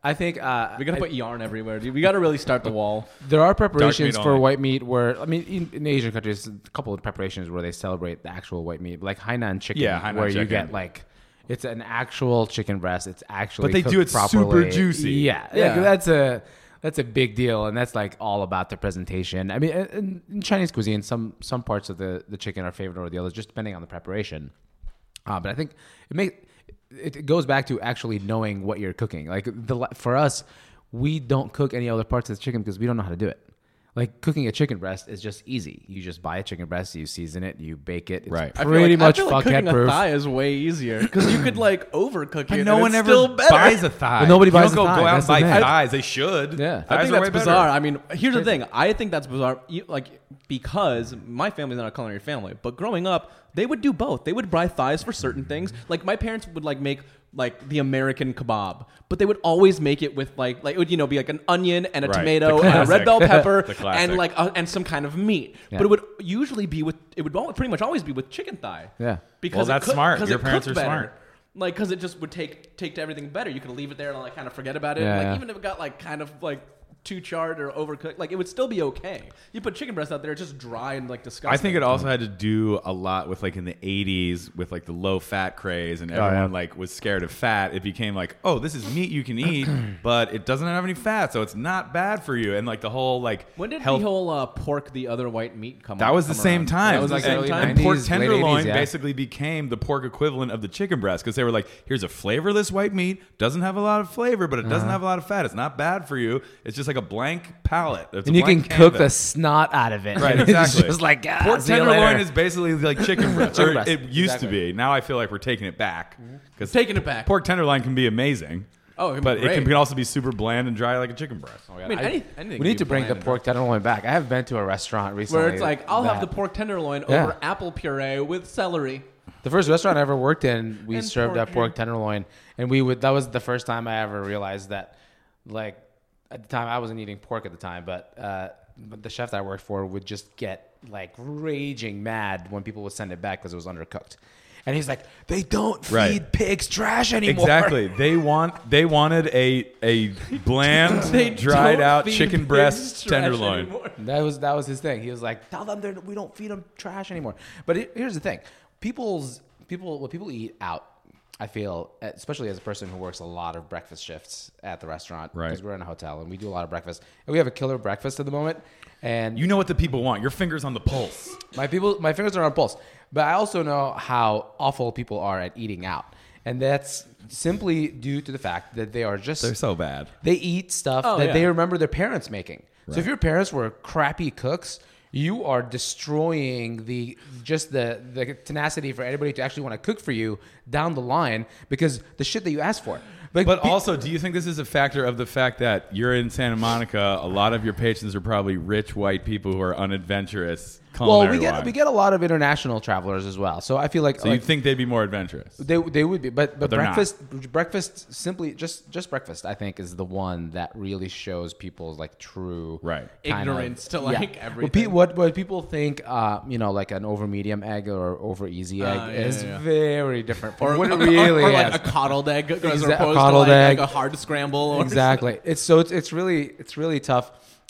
Speaker 2: I think uh,
Speaker 3: We gotta put yarn everywhere, dude. We gotta really start the wall.
Speaker 2: there are preparations
Speaker 1: meat
Speaker 2: for
Speaker 1: only.
Speaker 2: white meat where, I mean, in, in Asian countries, a couple of preparations where they celebrate the actual white meat, like Hainan chicken,
Speaker 1: Yeah, Hainan
Speaker 2: where you
Speaker 1: chicken.
Speaker 2: get like. It's an actual chicken breast. It's actually
Speaker 1: But they do
Speaker 2: cooked
Speaker 1: it super
Speaker 2: properly.
Speaker 1: juicy.
Speaker 2: Yeah,
Speaker 3: Yeah.
Speaker 2: Like, that's a that's a big deal, and that's like all about the presentation. I mean, in, in Chinese cuisine, some some parts of the the chicken are favored over the others, just depending on the preparation. Uh, but I think it makes it it goes back to actually knowing what you're cooking. Like the la- for us, we don't cook any other parts of the chicken because we don't know how to do it. Like cooking a chicken breast is just easy. You just buy a chicken breast, you season it, you bake it. It's
Speaker 1: Right. I
Speaker 3: I feel
Speaker 2: pretty
Speaker 3: like-
Speaker 2: much
Speaker 3: I feel like
Speaker 2: fuckhead
Speaker 3: cooking
Speaker 2: proof.
Speaker 3: a thigh is way easier because you could like overcook it.
Speaker 1: But
Speaker 3: and
Speaker 1: no one
Speaker 3: it's
Speaker 1: ever
Speaker 3: still better.
Speaker 1: buys a thigh.
Speaker 2: Well, nobody
Speaker 1: You don't
Speaker 2: buys a
Speaker 1: go,
Speaker 2: thigh.
Speaker 1: Go out and
Speaker 2: That's the
Speaker 1: buy
Speaker 2: thing.
Speaker 1: thighs. They should.
Speaker 2: Yeah.
Speaker 1: Thighs
Speaker 3: I think
Speaker 1: are
Speaker 3: that's
Speaker 1: way
Speaker 3: bizarre.
Speaker 1: Better.
Speaker 3: I mean, here's the thing. I think that's bizarre. You- Like because my family's not a culinary family, but growing up, they would do both. They would buy thighs for certain things. Like my parents would like make like the American kebab, but they would always make it with like like it would you know be like an onion and a
Speaker 1: Right.
Speaker 3: tomato
Speaker 1: The
Speaker 3: and a red
Speaker 1: classic. [laughs]
Speaker 3: bell pepper
Speaker 1: The classic.
Speaker 3: and like a, and some kind of meat.
Speaker 2: Yeah.
Speaker 3: But it would usually be with it would al- pretty much always be with chicken thigh.
Speaker 2: Yeah.
Speaker 3: because
Speaker 1: Well,
Speaker 3: it
Speaker 1: that's
Speaker 3: cook-
Speaker 1: smart.
Speaker 3: 'cause
Speaker 1: Your
Speaker 3: it
Speaker 1: parents
Speaker 3: cooked
Speaker 1: are
Speaker 3: better.
Speaker 1: smart.
Speaker 3: Like, cause it just would take take to everything better. You could leave it there and like kind of forget about it.
Speaker 2: Yeah,
Speaker 3: like
Speaker 2: yeah.
Speaker 3: even if it got like kind of like too charred or overcooked, like it would still be okay. You put chicken breast out there, it's just dry and like disgusting.
Speaker 1: I think it also had to do a lot with like in the '80s with like the low fat craze, and everyone
Speaker 2: Oh, yeah.
Speaker 1: like was scared of fat. It became like, oh, this is meat you can
Speaker 2: [clears throat]
Speaker 1: eat, but it doesn't have any fat, so it's not bad for you. And like the whole like
Speaker 3: When did
Speaker 1: health
Speaker 3: the whole uh, pork the other white meat come?
Speaker 1: That was the
Speaker 3: come
Speaker 1: same
Speaker 3: around?
Speaker 1: time.
Speaker 3: That was
Speaker 2: like
Speaker 3: the
Speaker 1: and,
Speaker 3: same
Speaker 2: early
Speaker 3: time.
Speaker 1: and pork
Speaker 2: 90s, late
Speaker 1: tenderloin
Speaker 2: 80s, yeah.
Speaker 1: basically became the pork equivalent of the chicken breast because they were like,
Speaker 2: Uh-huh.
Speaker 1: here's a flavorless white meat, doesn't have a lot of flavor, but it doesn't have a lot of fat. It's not bad for you. It's just just like a blank palette. It's a
Speaker 2: and you can
Speaker 1: blank
Speaker 2: cook the
Speaker 1: canvas.
Speaker 2: snot out of it.
Speaker 1: Right,
Speaker 2: [laughs] it's
Speaker 1: exactly.
Speaker 2: just like ah,
Speaker 1: Pork
Speaker 2: see you
Speaker 1: tenderloin
Speaker 2: later."
Speaker 1: is basically
Speaker 2: [laughs]
Speaker 1: like chicken breast.
Speaker 2: Chicken
Speaker 1: Or
Speaker 2: breast. Mm-hmm.
Speaker 1: It used to be. Now I feel like we're taking it back. Because
Speaker 3: Taking it back.
Speaker 1: pork tenderloin can be amazing.
Speaker 3: Oh, it can be
Speaker 1: but it can,
Speaker 3: great.
Speaker 1: can also be super bland and dry like a chicken breast.
Speaker 2: Oh,
Speaker 3: I mean, any- anything
Speaker 2: we
Speaker 3: you
Speaker 2: need to bring the
Speaker 3: plan and-
Speaker 2: pork tenderloin back. I have been to a restaurant recently
Speaker 3: Where it's like, I'll have
Speaker 2: that-
Speaker 3: the pork tenderloin
Speaker 2: Yeah.
Speaker 3: over apple puree with celery.
Speaker 2: The first restaurant I ever worked in, we
Speaker 3: And
Speaker 2: served
Speaker 3: pork
Speaker 2: that pork tenderloin, and we would. That was the first time I ever realized that, like, at the time I wasn't eating pork at the time, but uh, but the chef that I worked for would just get like raging mad when people would send it back because it was undercooked, and he's like, "They don't feed
Speaker 1: Right.
Speaker 2: pigs trash
Speaker 1: [laughs]
Speaker 2: anymore."
Speaker 1: Exactly. They want they wanted a a
Speaker 2: [laughs]
Speaker 3: [laughs] They
Speaker 1: bland, dried
Speaker 3: don't
Speaker 1: out
Speaker 3: feed
Speaker 1: chicken
Speaker 3: pigs
Speaker 1: breast
Speaker 3: trash
Speaker 1: tenderloin.
Speaker 3: anymore.
Speaker 2: That was that was his thing. He was like, "Tell them they're- we don't feed them trash anymore." But he- here's the thing: people's people what people eat out. I feel, especially as a person who works a lot of breakfast shifts at the restaurant,
Speaker 1: Right.
Speaker 2: Because we're in a hotel and we do a lot of breakfast, and we have a killer breakfast at the moment. And
Speaker 1: You know what the people want. Your fingers on the pulse.
Speaker 2: my people, my fingers are on pulse. But I also know how awful people are at eating out, and that's simply due to the fact that they are just
Speaker 1: They're so bad.
Speaker 2: they eat stuff
Speaker 3: Oh,
Speaker 2: that
Speaker 3: yeah.
Speaker 2: they remember their parents making. So if your parents were crappy cooks, you are destroying the just the the tenacity for anybody to actually want to cook for you down the line because the shit that you asked for. Like,
Speaker 1: But
Speaker 2: pe-
Speaker 1: also, do you think this is a factor of the fact that you're in Santa Monica? A lot of your patients are probably rich white people who are unadventurous.
Speaker 2: well, we
Speaker 1: culinary
Speaker 2: get
Speaker 1: wise.
Speaker 2: we get a lot of international travelers as well. So I feel like,
Speaker 1: So
Speaker 2: like
Speaker 1: you think they'd be more adventurous?
Speaker 2: they they would be, but but,
Speaker 1: they're not.
Speaker 2: breakfast breakfast simply just just breakfast I think is the one that really shows people's like true
Speaker 1: Right.
Speaker 2: kind of-
Speaker 3: Ignorance to, [laughs] like,
Speaker 2: What pe-
Speaker 3: everything.
Speaker 2: What, what people think, uh, you know, like an over medium egg or over easy egg
Speaker 3: Uh, yeah,
Speaker 2: is
Speaker 3: yeah, yeah.
Speaker 2: very different
Speaker 3: [laughs]
Speaker 2: from
Speaker 3: Or,
Speaker 2: what it
Speaker 3: or-
Speaker 2: really
Speaker 3: or
Speaker 2: is.
Speaker 3: like a coddled egg as
Speaker 2: Exact-
Speaker 3: opposed
Speaker 2: coddled
Speaker 3: to like,
Speaker 2: egg.
Speaker 3: like a hard scramble. Or
Speaker 2: exactly. It's so it's, it's really it's really tough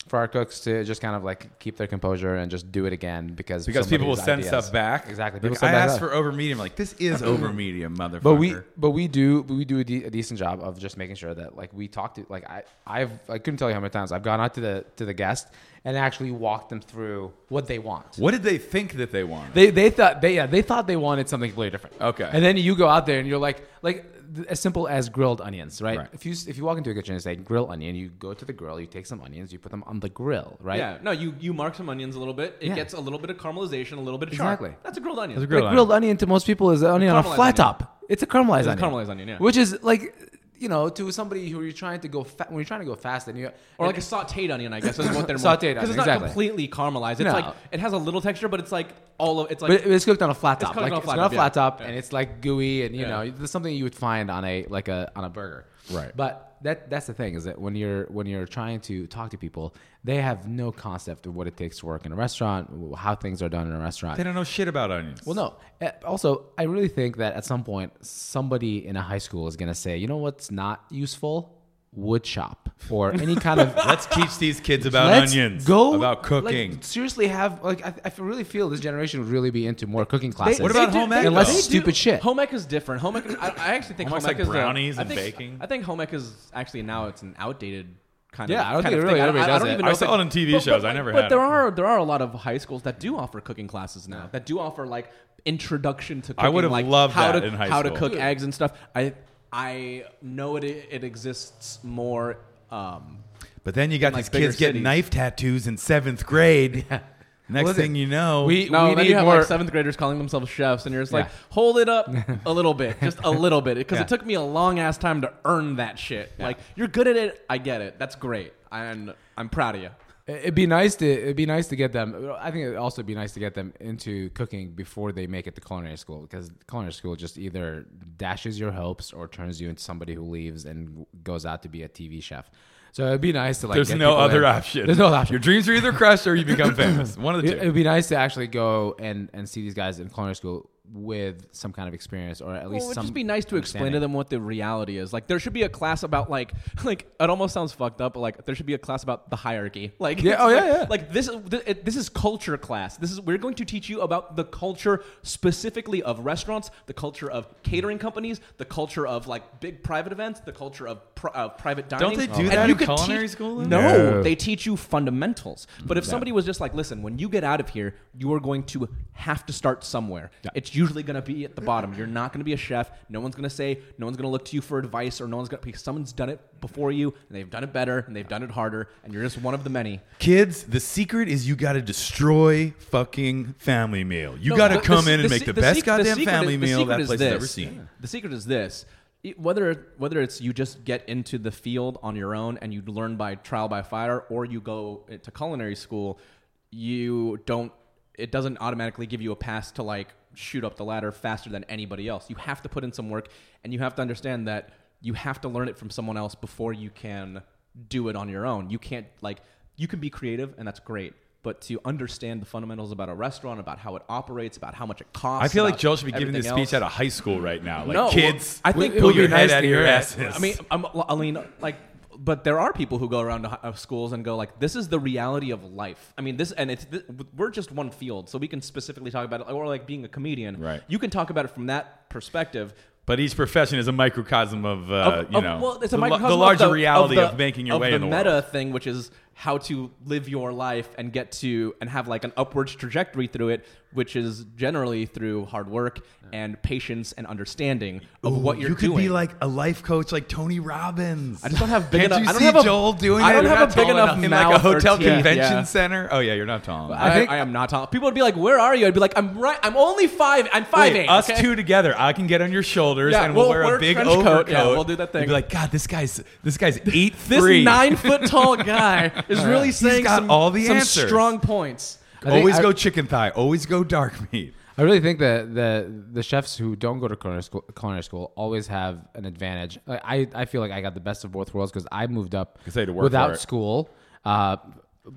Speaker 2: for our cooks to just kind of like keep their composure and just do it again because
Speaker 1: because people will send
Speaker 2: somebody's ideas-
Speaker 1: stuff back.
Speaker 2: Exactly.
Speaker 1: Like, I
Speaker 2: send back
Speaker 1: asked
Speaker 2: stuff.
Speaker 1: for over medium. Like this
Speaker 2: [clears throat]
Speaker 1: is over medium, motherfucker.
Speaker 2: but we but we do we do a, de- a decent job of just making sure that like we talk to like I I've I couldn't tell you how many times I've gone out to the to the guest and actually walked them through what they want.
Speaker 1: What did they think that they wanted?
Speaker 2: They they thought they yeah they thought they wanted something completely different.
Speaker 1: Okay.
Speaker 2: and then you go out there and you're like like th- as simple as grilled onions, right?
Speaker 1: Right.
Speaker 2: If you s- if you walk into a kitchen and say grill onion, you go to the grill, you take some onions, you put them on the grill, right?
Speaker 3: Yeah, no, you, you mark some onions a little bit. It
Speaker 2: Yeah.
Speaker 3: gets a little bit of caramelization, a little bit of char.
Speaker 2: Exactly.
Speaker 3: That's a grilled onion.
Speaker 1: That's a
Speaker 2: But
Speaker 1: grilled
Speaker 2: a grilled onion to most people is an onion on a
Speaker 3: caramelized
Speaker 2: flat
Speaker 3: onion.
Speaker 2: top. It's a caramelized
Speaker 3: a
Speaker 2: onion.
Speaker 3: caramelized onion, yeah.
Speaker 2: Which is like, you know, to somebody who you're trying to go fa- when you're trying to go fast and you
Speaker 3: Or like a sautéed onion, I guess is
Speaker 2: [laughs]
Speaker 3: what they're
Speaker 2: Sautéed
Speaker 3: because
Speaker 2: onion,
Speaker 3: it's not
Speaker 2: exactly.
Speaker 3: completely caramelized. It's
Speaker 2: No.
Speaker 3: like it has a little texture, but it's like all of it's like
Speaker 2: but it- it's cooked on a flat top.
Speaker 3: cooked
Speaker 2: like
Speaker 3: on a
Speaker 2: it's
Speaker 3: flat
Speaker 2: on a
Speaker 3: top, yeah.
Speaker 2: flat top,
Speaker 3: Yeah.
Speaker 2: and it's like gooey, and you
Speaker 3: Yeah.
Speaker 2: know, it's something you would find on a like a on a burger.
Speaker 1: Right.
Speaker 2: But that that's the thing is that when you're when you're trying to talk to people, they have no concept of what it takes to work in a restaurant, how things are done in a restaurant.
Speaker 1: they don't know shit about onions.
Speaker 2: Well, no. Uh, Also, I really think that at some point, somebody in a high school is going to say, you know what's not useful? Wood shop or any
Speaker 3: [laughs]
Speaker 2: kind of.
Speaker 1: Let's teach these kids about
Speaker 2: Let's
Speaker 1: onions.
Speaker 2: Go
Speaker 1: about cooking.
Speaker 2: like, seriously, have like I, I really feel this generation would really be into more cooking
Speaker 3: They-
Speaker 2: classes.
Speaker 1: What about
Speaker 3: do-
Speaker 1: home ec,
Speaker 2: Unless
Speaker 1: though?
Speaker 3: do-
Speaker 2: stupid shit.
Speaker 3: Home ec is different. Home ec, I, I actually think
Speaker 1: Home
Speaker 3: home,
Speaker 1: ec's
Speaker 3: ec
Speaker 1: like
Speaker 3: is a-
Speaker 1: brownies
Speaker 3: I
Speaker 1: and
Speaker 3: think-
Speaker 1: baking.
Speaker 3: I think home ec is actually now it's an outdated kind
Speaker 2: Yeah,
Speaker 3: of.
Speaker 2: I don't
Speaker 3: kind
Speaker 2: think
Speaker 3: of
Speaker 2: really
Speaker 3: thing.
Speaker 2: everybody
Speaker 3: I, I
Speaker 2: does
Speaker 3: don't
Speaker 2: it.
Speaker 3: even
Speaker 1: I
Speaker 3: know
Speaker 1: saw
Speaker 3: if
Speaker 1: it on TV shows. I never
Speaker 3: But
Speaker 1: had
Speaker 3: there
Speaker 1: it.
Speaker 3: are there are a lot of high schools that do offer cooking classes now. That do offer like introduction to. cooking.
Speaker 1: I would have
Speaker 3: like,
Speaker 1: loved
Speaker 3: how
Speaker 1: that
Speaker 3: to,
Speaker 1: in high
Speaker 3: how to
Speaker 1: school.
Speaker 3: cook eggs and stuff. I I know it it exists more. Um,
Speaker 1: But then you got
Speaker 3: In, like,
Speaker 1: these
Speaker 3: bigger
Speaker 1: kids getting
Speaker 3: cities.
Speaker 1: knife tattoos in seventh grade. Next
Speaker 2: Listen,
Speaker 1: thing you know,
Speaker 2: we-
Speaker 3: no, then
Speaker 2: need
Speaker 3: you have
Speaker 2: more-
Speaker 3: like seventh graders calling themselves chefs, and you're just like,
Speaker 2: Yeah.
Speaker 3: hold it
Speaker 2: [laughs]
Speaker 3: up a little bit, just a little bit, because
Speaker 2: Yeah.
Speaker 3: it took me a long ass time to earn that shit. Like, you're good at it, I get it, that's great, and I'm proud of you.
Speaker 2: It'd be nice to it'd be nice to get them. I think it'd also be nice to get them into cooking before they make it to culinary school because culinary school just either dashes your hopes or turns you into somebody who leaves and goes out to be a TV chef. So it'd be nice to like.
Speaker 1: there's
Speaker 2: get
Speaker 1: no
Speaker 2: people
Speaker 1: other
Speaker 2: in.
Speaker 1: option.
Speaker 2: There's no other option.
Speaker 1: Your dreams are either crushed or you become famous. One of the
Speaker 2: It,
Speaker 1: two.
Speaker 2: would be nice to actually go and and see these guys in culinary school with some kind of experience or at
Speaker 3: Well,
Speaker 2: least
Speaker 3: it would
Speaker 2: some.
Speaker 3: just be nice to explain to
Speaker 2: understanding.
Speaker 3: them what the reality is. Like, there should be a class about like, [laughs] like it almost sounds fucked up, but like there should be a class about the hierarchy. [laughs] Like,
Speaker 2: Yeah,
Speaker 3: it's
Speaker 2: oh, yeah,
Speaker 3: like,
Speaker 2: yeah.
Speaker 3: Like this, th- it- this is culture class. This is we're going to teach you about the culture specifically of restaurants, the culture of catering companies, the culture of like big private events, the culture of pri- of private dining.
Speaker 1: they do
Speaker 3: And
Speaker 1: that
Speaker 3: you
Speaker 1: in
Speaker 3: could
Speaker 1: culinary
Speaker 3: teach-
Speaker 1: school, though?
Speaker 3: No,
Speaker 2: No.
Speaker 3: they teach you fundamentals. But if somebody was just like, listen, when you get out of here, you are going to have to start somewhere. It's it's usually going to be at the bottom. You're not going to be a chef. No one's going to say, no one's going to look to you for advice, or no one's going to, because someone's done it before you, and they've done it better, and they've done it harder, and you're just one of the many.
Speaker 1: Kids, the secret is you got to destroy fucking family meal. You got to come in and make the, best goddamn family meal that place has ever seen.
Speaker 3: The secret is this. It- Whether whether it's you just get into the field on your own and you learn by trial by fire, or you go to culinary school, you don't. It doesn't automatically give you a pass to like shoot up the ladder faster than anybody else. You have to put in some work, and you have to understand that you have to learn it from someone else before you can do it on your own. You can't like you can be creative, and that's great. But to understand the fundamentals about a restaurant, about how it operates, about how much it costs,
Speaker 1: I feel like
Speaker 3: about
Speaker 1: Joel should be giving this
Speaker 3: everything
Speaker 1: speech
Speaker 3: else.
Speaker 1: out of high school right now. Like,
Speaker 3: No,
Speaker 1: kids,
Speaker 3: well, I think it
Speaker 1: pull
Speaker 3: would be
Speaker 1: your head
Speaker 2: nice
Speaker 1: out
Speaker 2: to
Speaker 1: of your
Speaker 2: hear it.
Speaker 1: asses.
Speaker 3: I mean, I'm, I mean, like, but there are people who go around to hi- uh, schools and go like, "This is the reality of life." I mean, this, and it's th- we're just one field, so we can specifically talk about it, or like being a comedian.
Speaker 1: Right.
Speaker 3: You can talk about it from that perspective.
Speaker 1: but each profession is a microcosm of, uh,
Speaker 3: Of-
Speaker 1: you
Speaker 3: of-
Speaker 1: know,
Speaker 3: well, it's
Speaker 1: the,
Speaker 3: a
Speaker 1: lo-
Speaker 3: microcosm
Speaker 1: the
Speaker 3: of
Speaker 1: larger
Speaker 3: the-
Speaker 1: reality
Speaker 3: the-
Speaker 1: of, making your
Speaker 3: of
Speaker 1: way
Speaker 3: the
Speaker 1: in the
Speaker 3: meta
Speaker 1: world.
Speaker 3: thing, which is how to live your life and get to and have like an upwards trajectory through it, which is generally through hard work and patience and understanding of what you're
Speaker 4: you could
Speaker 3: doing.
Speaker 4: be like a life coach, like Tony Robbins.
Speaker 3: I just don't have big
Speaker 4: Can't
Speaker 3: enough.
Speaker 4: you
Speaker 3: I don't
Speaker 4: see
Speaker 3: have a,
Speaker 4: Joel doing
Speaker 3: I
Speaker 4: it?
Speaker 3: don't
Speaker 4: You're
Speaker 3: have
Speaker 4: not
Speaker 3: a big
Speaker 4: tall
Speaker 3: enough
Speaker 1: in
Speaker 3: mouth
Speaker 1: like a hotel
Speaker 3: or teeth.
Speaker 1: convention
Speaker 3: Yeah.
Speaker 1: center. Oh yeah, you're not tall. enough.
Speaker 3: I,
Speaker 2: think-
Speaker 3: I am not tall. People would be like, "Where are you?" I'd be like, "I'm right. I'm only five. I'm five
Speaker 1: Wait,
Speaker 3: eight.
Speaker 1: us
Speaker 3: okay?
Speaker 1: two together, I can get on your shoulders
Speaker 3: Yeah,
Speaker 1: and we'll,
Speaker 3: we'll
Speaker 1: wear
Speaker 3: wear
Speaker 1: a big
Speaker 3: trench coat.
Speaker 1: overcoat.
Speaker 3: Yeah, we'll do that
Speaker 1: You'll
Speaker 3: thing.
Speaker 1: Be like, God, this guy's this guy's eight
Speaker 3: [laughs] This
Speaker 1: three. [laughs]
Speaker 3: nine foot tall guy is really saying
Speaker 1: got
Speaker 3: some,
Speaker 1: all the
Speaker 3: some
Speaker 1: answers.
Speaker 3: strong points.
Speaker 2: I think
Speaker 1: Always
Speaker 2: I-
Speaker 1: go chicken thigh. Always go dark meat.
Speaker 2: I really think that the the chefs who don't go to culinary school, culinary school always have an advantage. Like, I I feel like I got the best of both worlds because I moved up
Speaker 1: 'Cause they had to work for
Speaker 2: without
Speaker 1: it.
Speaker 2: school, uh,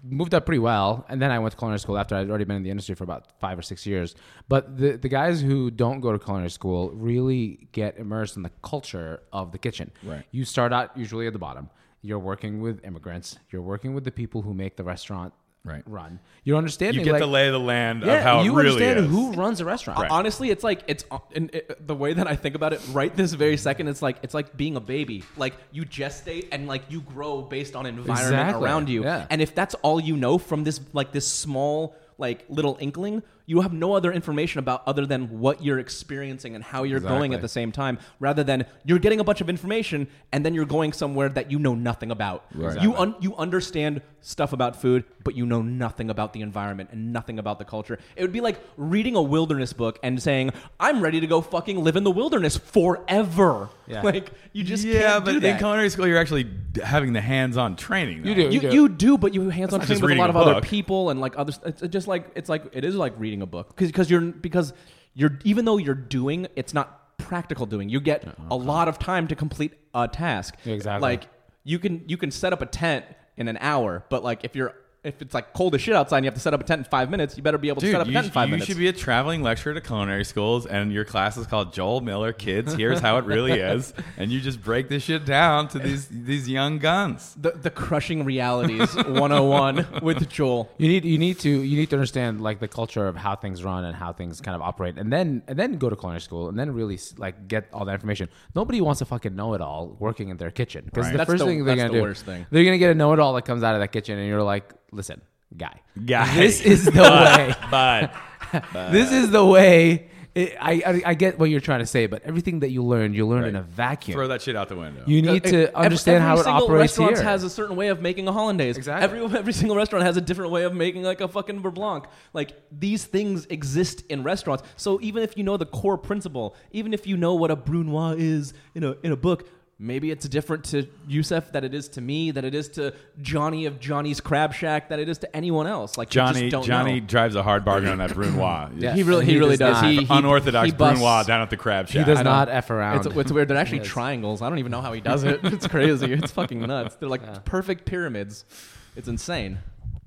Speaker 2: moved up pretty well, and then I went to culinary school after I'd already been in the industry for about five or six years. But the the guys who don't go to culinary school really get immersed in the culture of the kitchen.
Speaker 1: Right.
Speaker 2: You start out usually at the bottom. You're working with immigrants. You're working with the people who make the restaurant
Speaker 1: Right.
Speaker 2: run. You're understanding
Speaker 1: You get
Speaker 2: like,
Speaker 1: to lay of the land
Speaker 2: yeah,
Speaker 1: of how
Speaker 2: you
Speaker 1: it really
Speaker 2: understand
Speaker 1: is.
Speaker 2: who runs a restaurant.
Speaker 3: Honestly, it's like it's and it, the way that I think about it right this very second. It's like it's like being a baby. Like you gestate and like you grow based on environment
Speaker 2: Exactly.
Speaker 3: around you.
Speaker 2: Yeah.
Speaker 3: And if that's all you know from this like this small like little inkling, you have no other information about other than what you're experiencing and how you're going
Speaker 2: Exactly.
Speaker 3: at the same time. Rather than you're getting a bunch of information and then you're going somewhere that you know nothing about. You un- you understand stuff about food, but you know nothing about the environment and nothing about the culture. It would be like reading a wilderness book and saying, "I'm ready to go fucking live in the wilderness forever."
Speaker 2: Yeah.
Speaker 3: [laughs] Like you just
Speaker 1: yeah,
Speaker 3: can't do
Speaker 1: but in
Speaker 3: that.
Speaker 1: culinary school, you're actually d- having the hands-on training. though.
Speaker 2: You do.
Speaker 3: you, you do, but you hands on
Speaker 1: That's not just
Speaker 3: training with a lot of
Speaker 1: reading a
Speaker 3: other
Speaker 1: book.
Speaker 3: people and like other. It's it's just like it's like it is like reading a book because you're because you're even though you're doing it's not practical doing. You get a lot of time to complete a task.
Speaker 2: Exactly.
Speaker 3: Like you can you can set up a tent in an hour, but like if you're if it's like cold as shit outside and you have to set up a tent in five minutes, you better be able to
Speaker 1: Dude,
Speaker 3: set up a
Speaker 1: you,
Speaker 3: tent in five
Speaker 1: you
Speaker 3: minutes.
Speaker 1: should be a traveling lecturer to culinary schools, and your class is called Joel Miller Kids. Here's how it really
Speaker 3: [laughs]
Speaker 1: is, and you just break this shit down to these these young guns.
Speaker 3: the, the crushing realities [laughs] 101 with Joel.
Speaker 2: You need you need to you need to understand like the culture of how things run and how things kind of operate, and then and then go to culinary school and then really like get all that information. Nobody wants to fucking know it all working in their kitchen because
Speaker 1: Right.
Speaker 2: the
Speaker 3: That's
Speaker 2: first
Speaker 3: the-
Speaker 2: thing they're
Speaker 3: that's
Speaker 2: gonna
Speaker 3: the
Speaker 2: do,
Speaker 3: worst thing.
Speaker 2: they're gonna get a know it all that comes out of that kitchen, and you're like, listen, guy,
Speaker 1: Guy.
Speaker 2: this is the way.
Speaker 1: But
Speaker 2: This is the way. It, I, I I get what you're trying to say, but everything that you learn, you learn in a
Speaker 1: [laughs]
Speaker 2: vacuum.
Speaker 1: throw that shit out the window.
Speaker 2: you need
Speaker 3: Uh, e-, Every-
Speaker 2: to understand
Speaker 3: every
Speaker 2: how it
Speaker 3: single
Speaker 2: operates
Speaker 3: restaurant
Speaker 2: here.
Speaker 3: has a certain way of making a hollandaise.
Speaker 2: Exactly.
Speaker 3: Every [laughs] every single restaurant has a different way of making like a fucking beurre blanc. Like these things exist in restaurants. So even if you know the core principle, even if you know what a brunoise is in a in a book. Maybe it's different to Yusef that it is to me, that it is to Johnny of Johnny's Crab Shack, that it is to anyone else. Like you just
Speaker 1: Johnny
Speaker 3: don't
Speaker 1: Johnny
Speaker 3: know.
Speaker 1: drives a hard bargain
Speaker 3: [laughs]
Speaker 1: on that Brunois.
Speaker 2: Yeah.
Speaker 3: he really,
Speaker 2: He
Speaker 3: he, really
Speaker 2: does
Speaker 3: does.
Speaker 2: not.
Speaker 3: He, he
Speaker 1: unorthodox
Speaker 3: he busts-
Speaker 1: Brunois down at the crab shack.
Speaker 2: he does
Speaker 3: know.
Speaker 2: not f around.
Speaker 3: It's, it's weird. They're actually
Speaker 2: Yes.
Speaker 3: triangles. I don't even know how he does it. It's crazy. It's fucking nuts. They're like perfect pyramids. It's insane.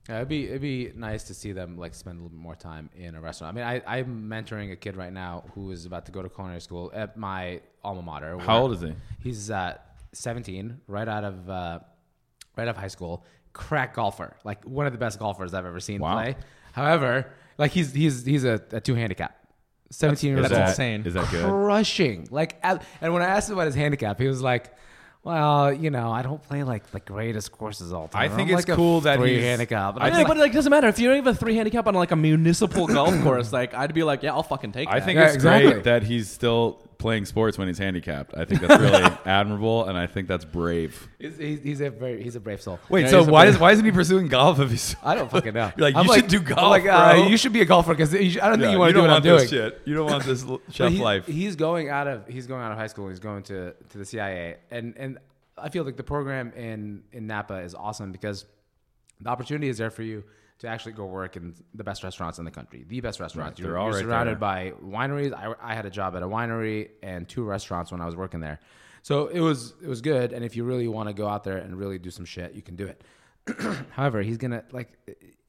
Speaker 2: Yeah, it'd be it'd be nice to see them like spend a little bit more time in a restaurant. I mean, I I'm mentoring a kid right now who is about to go to culinary school at my alma mater. where-
Speaker 1: How old is he?
Speaker 2: He's uh 17, right out of uh, right out of high school. Crack golfer, like one of the best golfers I've ever seen
Speaker 1: Wow.
Speaker 2: play. However, like he's he's he's a, a two handicap. 17 years
Speaker 1: Is
Speaker 2: old
Speaker 1: that-
Speaker 3: insane.
Speaker 1: Is that good?
Speaker 2: crushing. Like, at- and when I asked him about his handicap, he was like, Well, you know, I don't play like the greatest courses all the time.
Speaker 1: I think
Speaker 2: I'm
Speaker 1: it's
Speaker 2: like a
Speaker 1: cool that
Speaker 2: three
Speaker 1: he's-
Speaker 2: handicap.
Speaker 1: I
Speaker 2: I
Speaker 3: Yeah,
Speaker 1: think-
Speaker 3: but
Speaker 2: think
Speaker 3: like, doesn't matter if you have a three handicap on like a municipal golf course. Like, I'd be like, yeah, I'll fucking take.
Speaker 1: I
Speaker 3: that.
Speaker 1: think
Speaker 2: Yeah,
Speaker 1: it's
Speaker 2: exactly.
Speaker 1: great that he's still playing sports when he's handicapped. I think that's
Speaker 3: [laughs]
Speaker 1: really admirable, and I think that's brave.
Speaker 2: he's, he's, he's a very he's a brave soul.
Speaker 1: Wait,
Speaker 2: Yeah,
Speaker 1: so
Speaker 2: he's a
Speaker 1: why
Speaker 2: brave-
Speaker 1: does why isn't he pursuing golf if [laughs] he's?
Speaker 2: I don't fucking know.
Speaker 1: You're like, you should do
Speaker 2: I'm
Speaker 1: golf,
Speaker 2: like, uh,
Speaker 1: bro.
Speaker 2: you should be a golfer because I don't
Speaker 1: Yeah,
Speaker 2: think you want to do what I'm doing.
Speaker 1: this shit. You don't want this [laughs] l-
Speaker 2: But
Speaker 1: chef
Speaker 2: he-
Speaker 1: life.
Speaker 2: He's going out of he's going out of high school. He's going to to the CIA, and and I feel like the program in in Napa is awesome because the opportunity is there for you to actually go work in the best restaurants in the country, the best restaurants.
Speaker 1: Right,
Speaker 2: you're
Speaker 1: they're all
Speaker 2: you're
Speaker 1: right
Speaker 2: surrounded by wineries. I, I had a job at a winery and two restaurants when I was working there, so it was it was good. And if you really want to go out there and really do some shit, you can do it. However, he's gonna like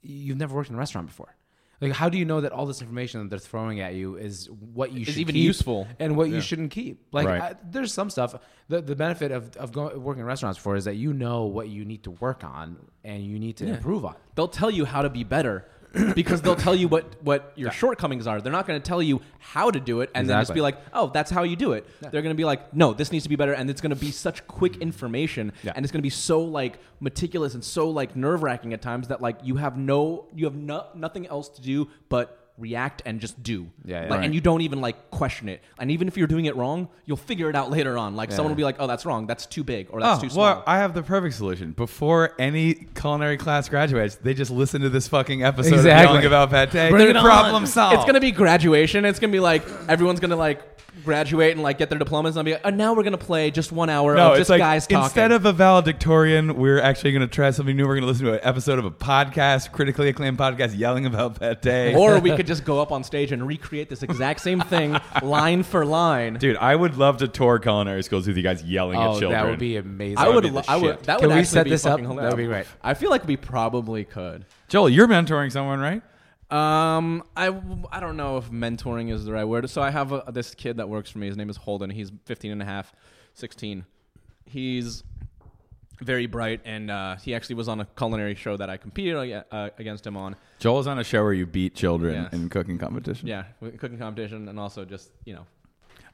Speaker 2: you've never worked in a restaurant before. Like, how do you know that all this information that they're throwing at you is what you
Speaker 3: Is
Speaker 2: should
Speaker 3: even
Speaker 2: keep
Speaker 3: useful.
Speaker 2: and what you shouldn't keep? Like,
Speaker 1: Right.
Speaker 2: I, there's some stuff. The the benefit of of going, working in restaurants for is that you know what you need to work on and you need to improve on.
Speaker 3: they'll tell you how to be better [clears throat] because they'll tell you what what your shortcomings are. They're not going to tell you how to do it and then just
Speaker 2: Exactly.
Speaker 3: be like, "Oh, that's how you do it." They're going to be like, "No, this needs to be better," and it's going to be such quick information
Speaker 1: Yeah.
Speaker 3: and it's going to be so like meticulous and so like nerve wracking at times that like you have no you have no, nothing else to do but react and just do
Speaker 2: Yeah, yeah.
Speaker 3: Like,
Speaker 1: Right.
Speaker 3: and you don't even like question it and even if you're doing it wrong you'll figure it out later on like someone will be like oh that's wrong that's too big or that's
Speaker 1: Oh,
Speaker 3: too small
Speaker 1: well, I have the perfect solution. Before any culinary class graduates, they just listen to this fucking episode
Speaker 2: Exactly.
Speaker 1: of Yelling About Pate.
Speaker 2: Bring it on.
Speaker 1: problem solved.
Speaker 3: It's gonna be graduation. It's gonna be like everyone's gonna like graduate and like get their diplomas and be like, and now we're gonna play just one hour
Speaker 1: no,
Speaker 3: of
Speaker 1: it's
Speaker 3: just
Speaker 1: like
Speaker 3: guys talking.
Speaker 1: instead of a valedictorian, we're actually going to try something new. We're going to listen to an episode of a podcast, critically acclaimed podcast, yelling about pate.
Speaker 3: or we could just go up on stage and recreate this exact
Speaker 1: [laughs]
Speaker 3: same thing line for line.
Speaker 1: Dude, I would love to tour culinary schools with you guys yelling at
Speaker 2: Oh,
Speaker 1: children.
Speaker 2: that would be amazing.
Speaker 3: I would,
Speaker 1: be the
Speaker 3: lo- I would.
Speaker 1: shit.
Speaker 3: That
Speaker 2: Can
Speaker 3: would
Speaker 2: we
Speaker 3: actually
Speaker 2: set
Speaker 3: be
Speaker 2: this up?
Speaker 3: fucking hilarious.
Speaker 2: That'd be great.
Speaker 3: I feel like we probably could.
Speaker 1: Joel, you're mentoring someone, right?
Speaker 3: Um, I, w- I don't know if mentoring is the right word. So I have a, this kid that works for me. His name is Holden. He's 15 and a half, 16. He's very bright, and uh, he actually was on a culinary show that I competed ag- uh, against him on.
Speaker 1: Joel's on a show where you beat children
Speaker 3: Yes.
Speaker 1: in cooking competition.
Speaker 3: Yeah, w- cooking competition, and also just, you know.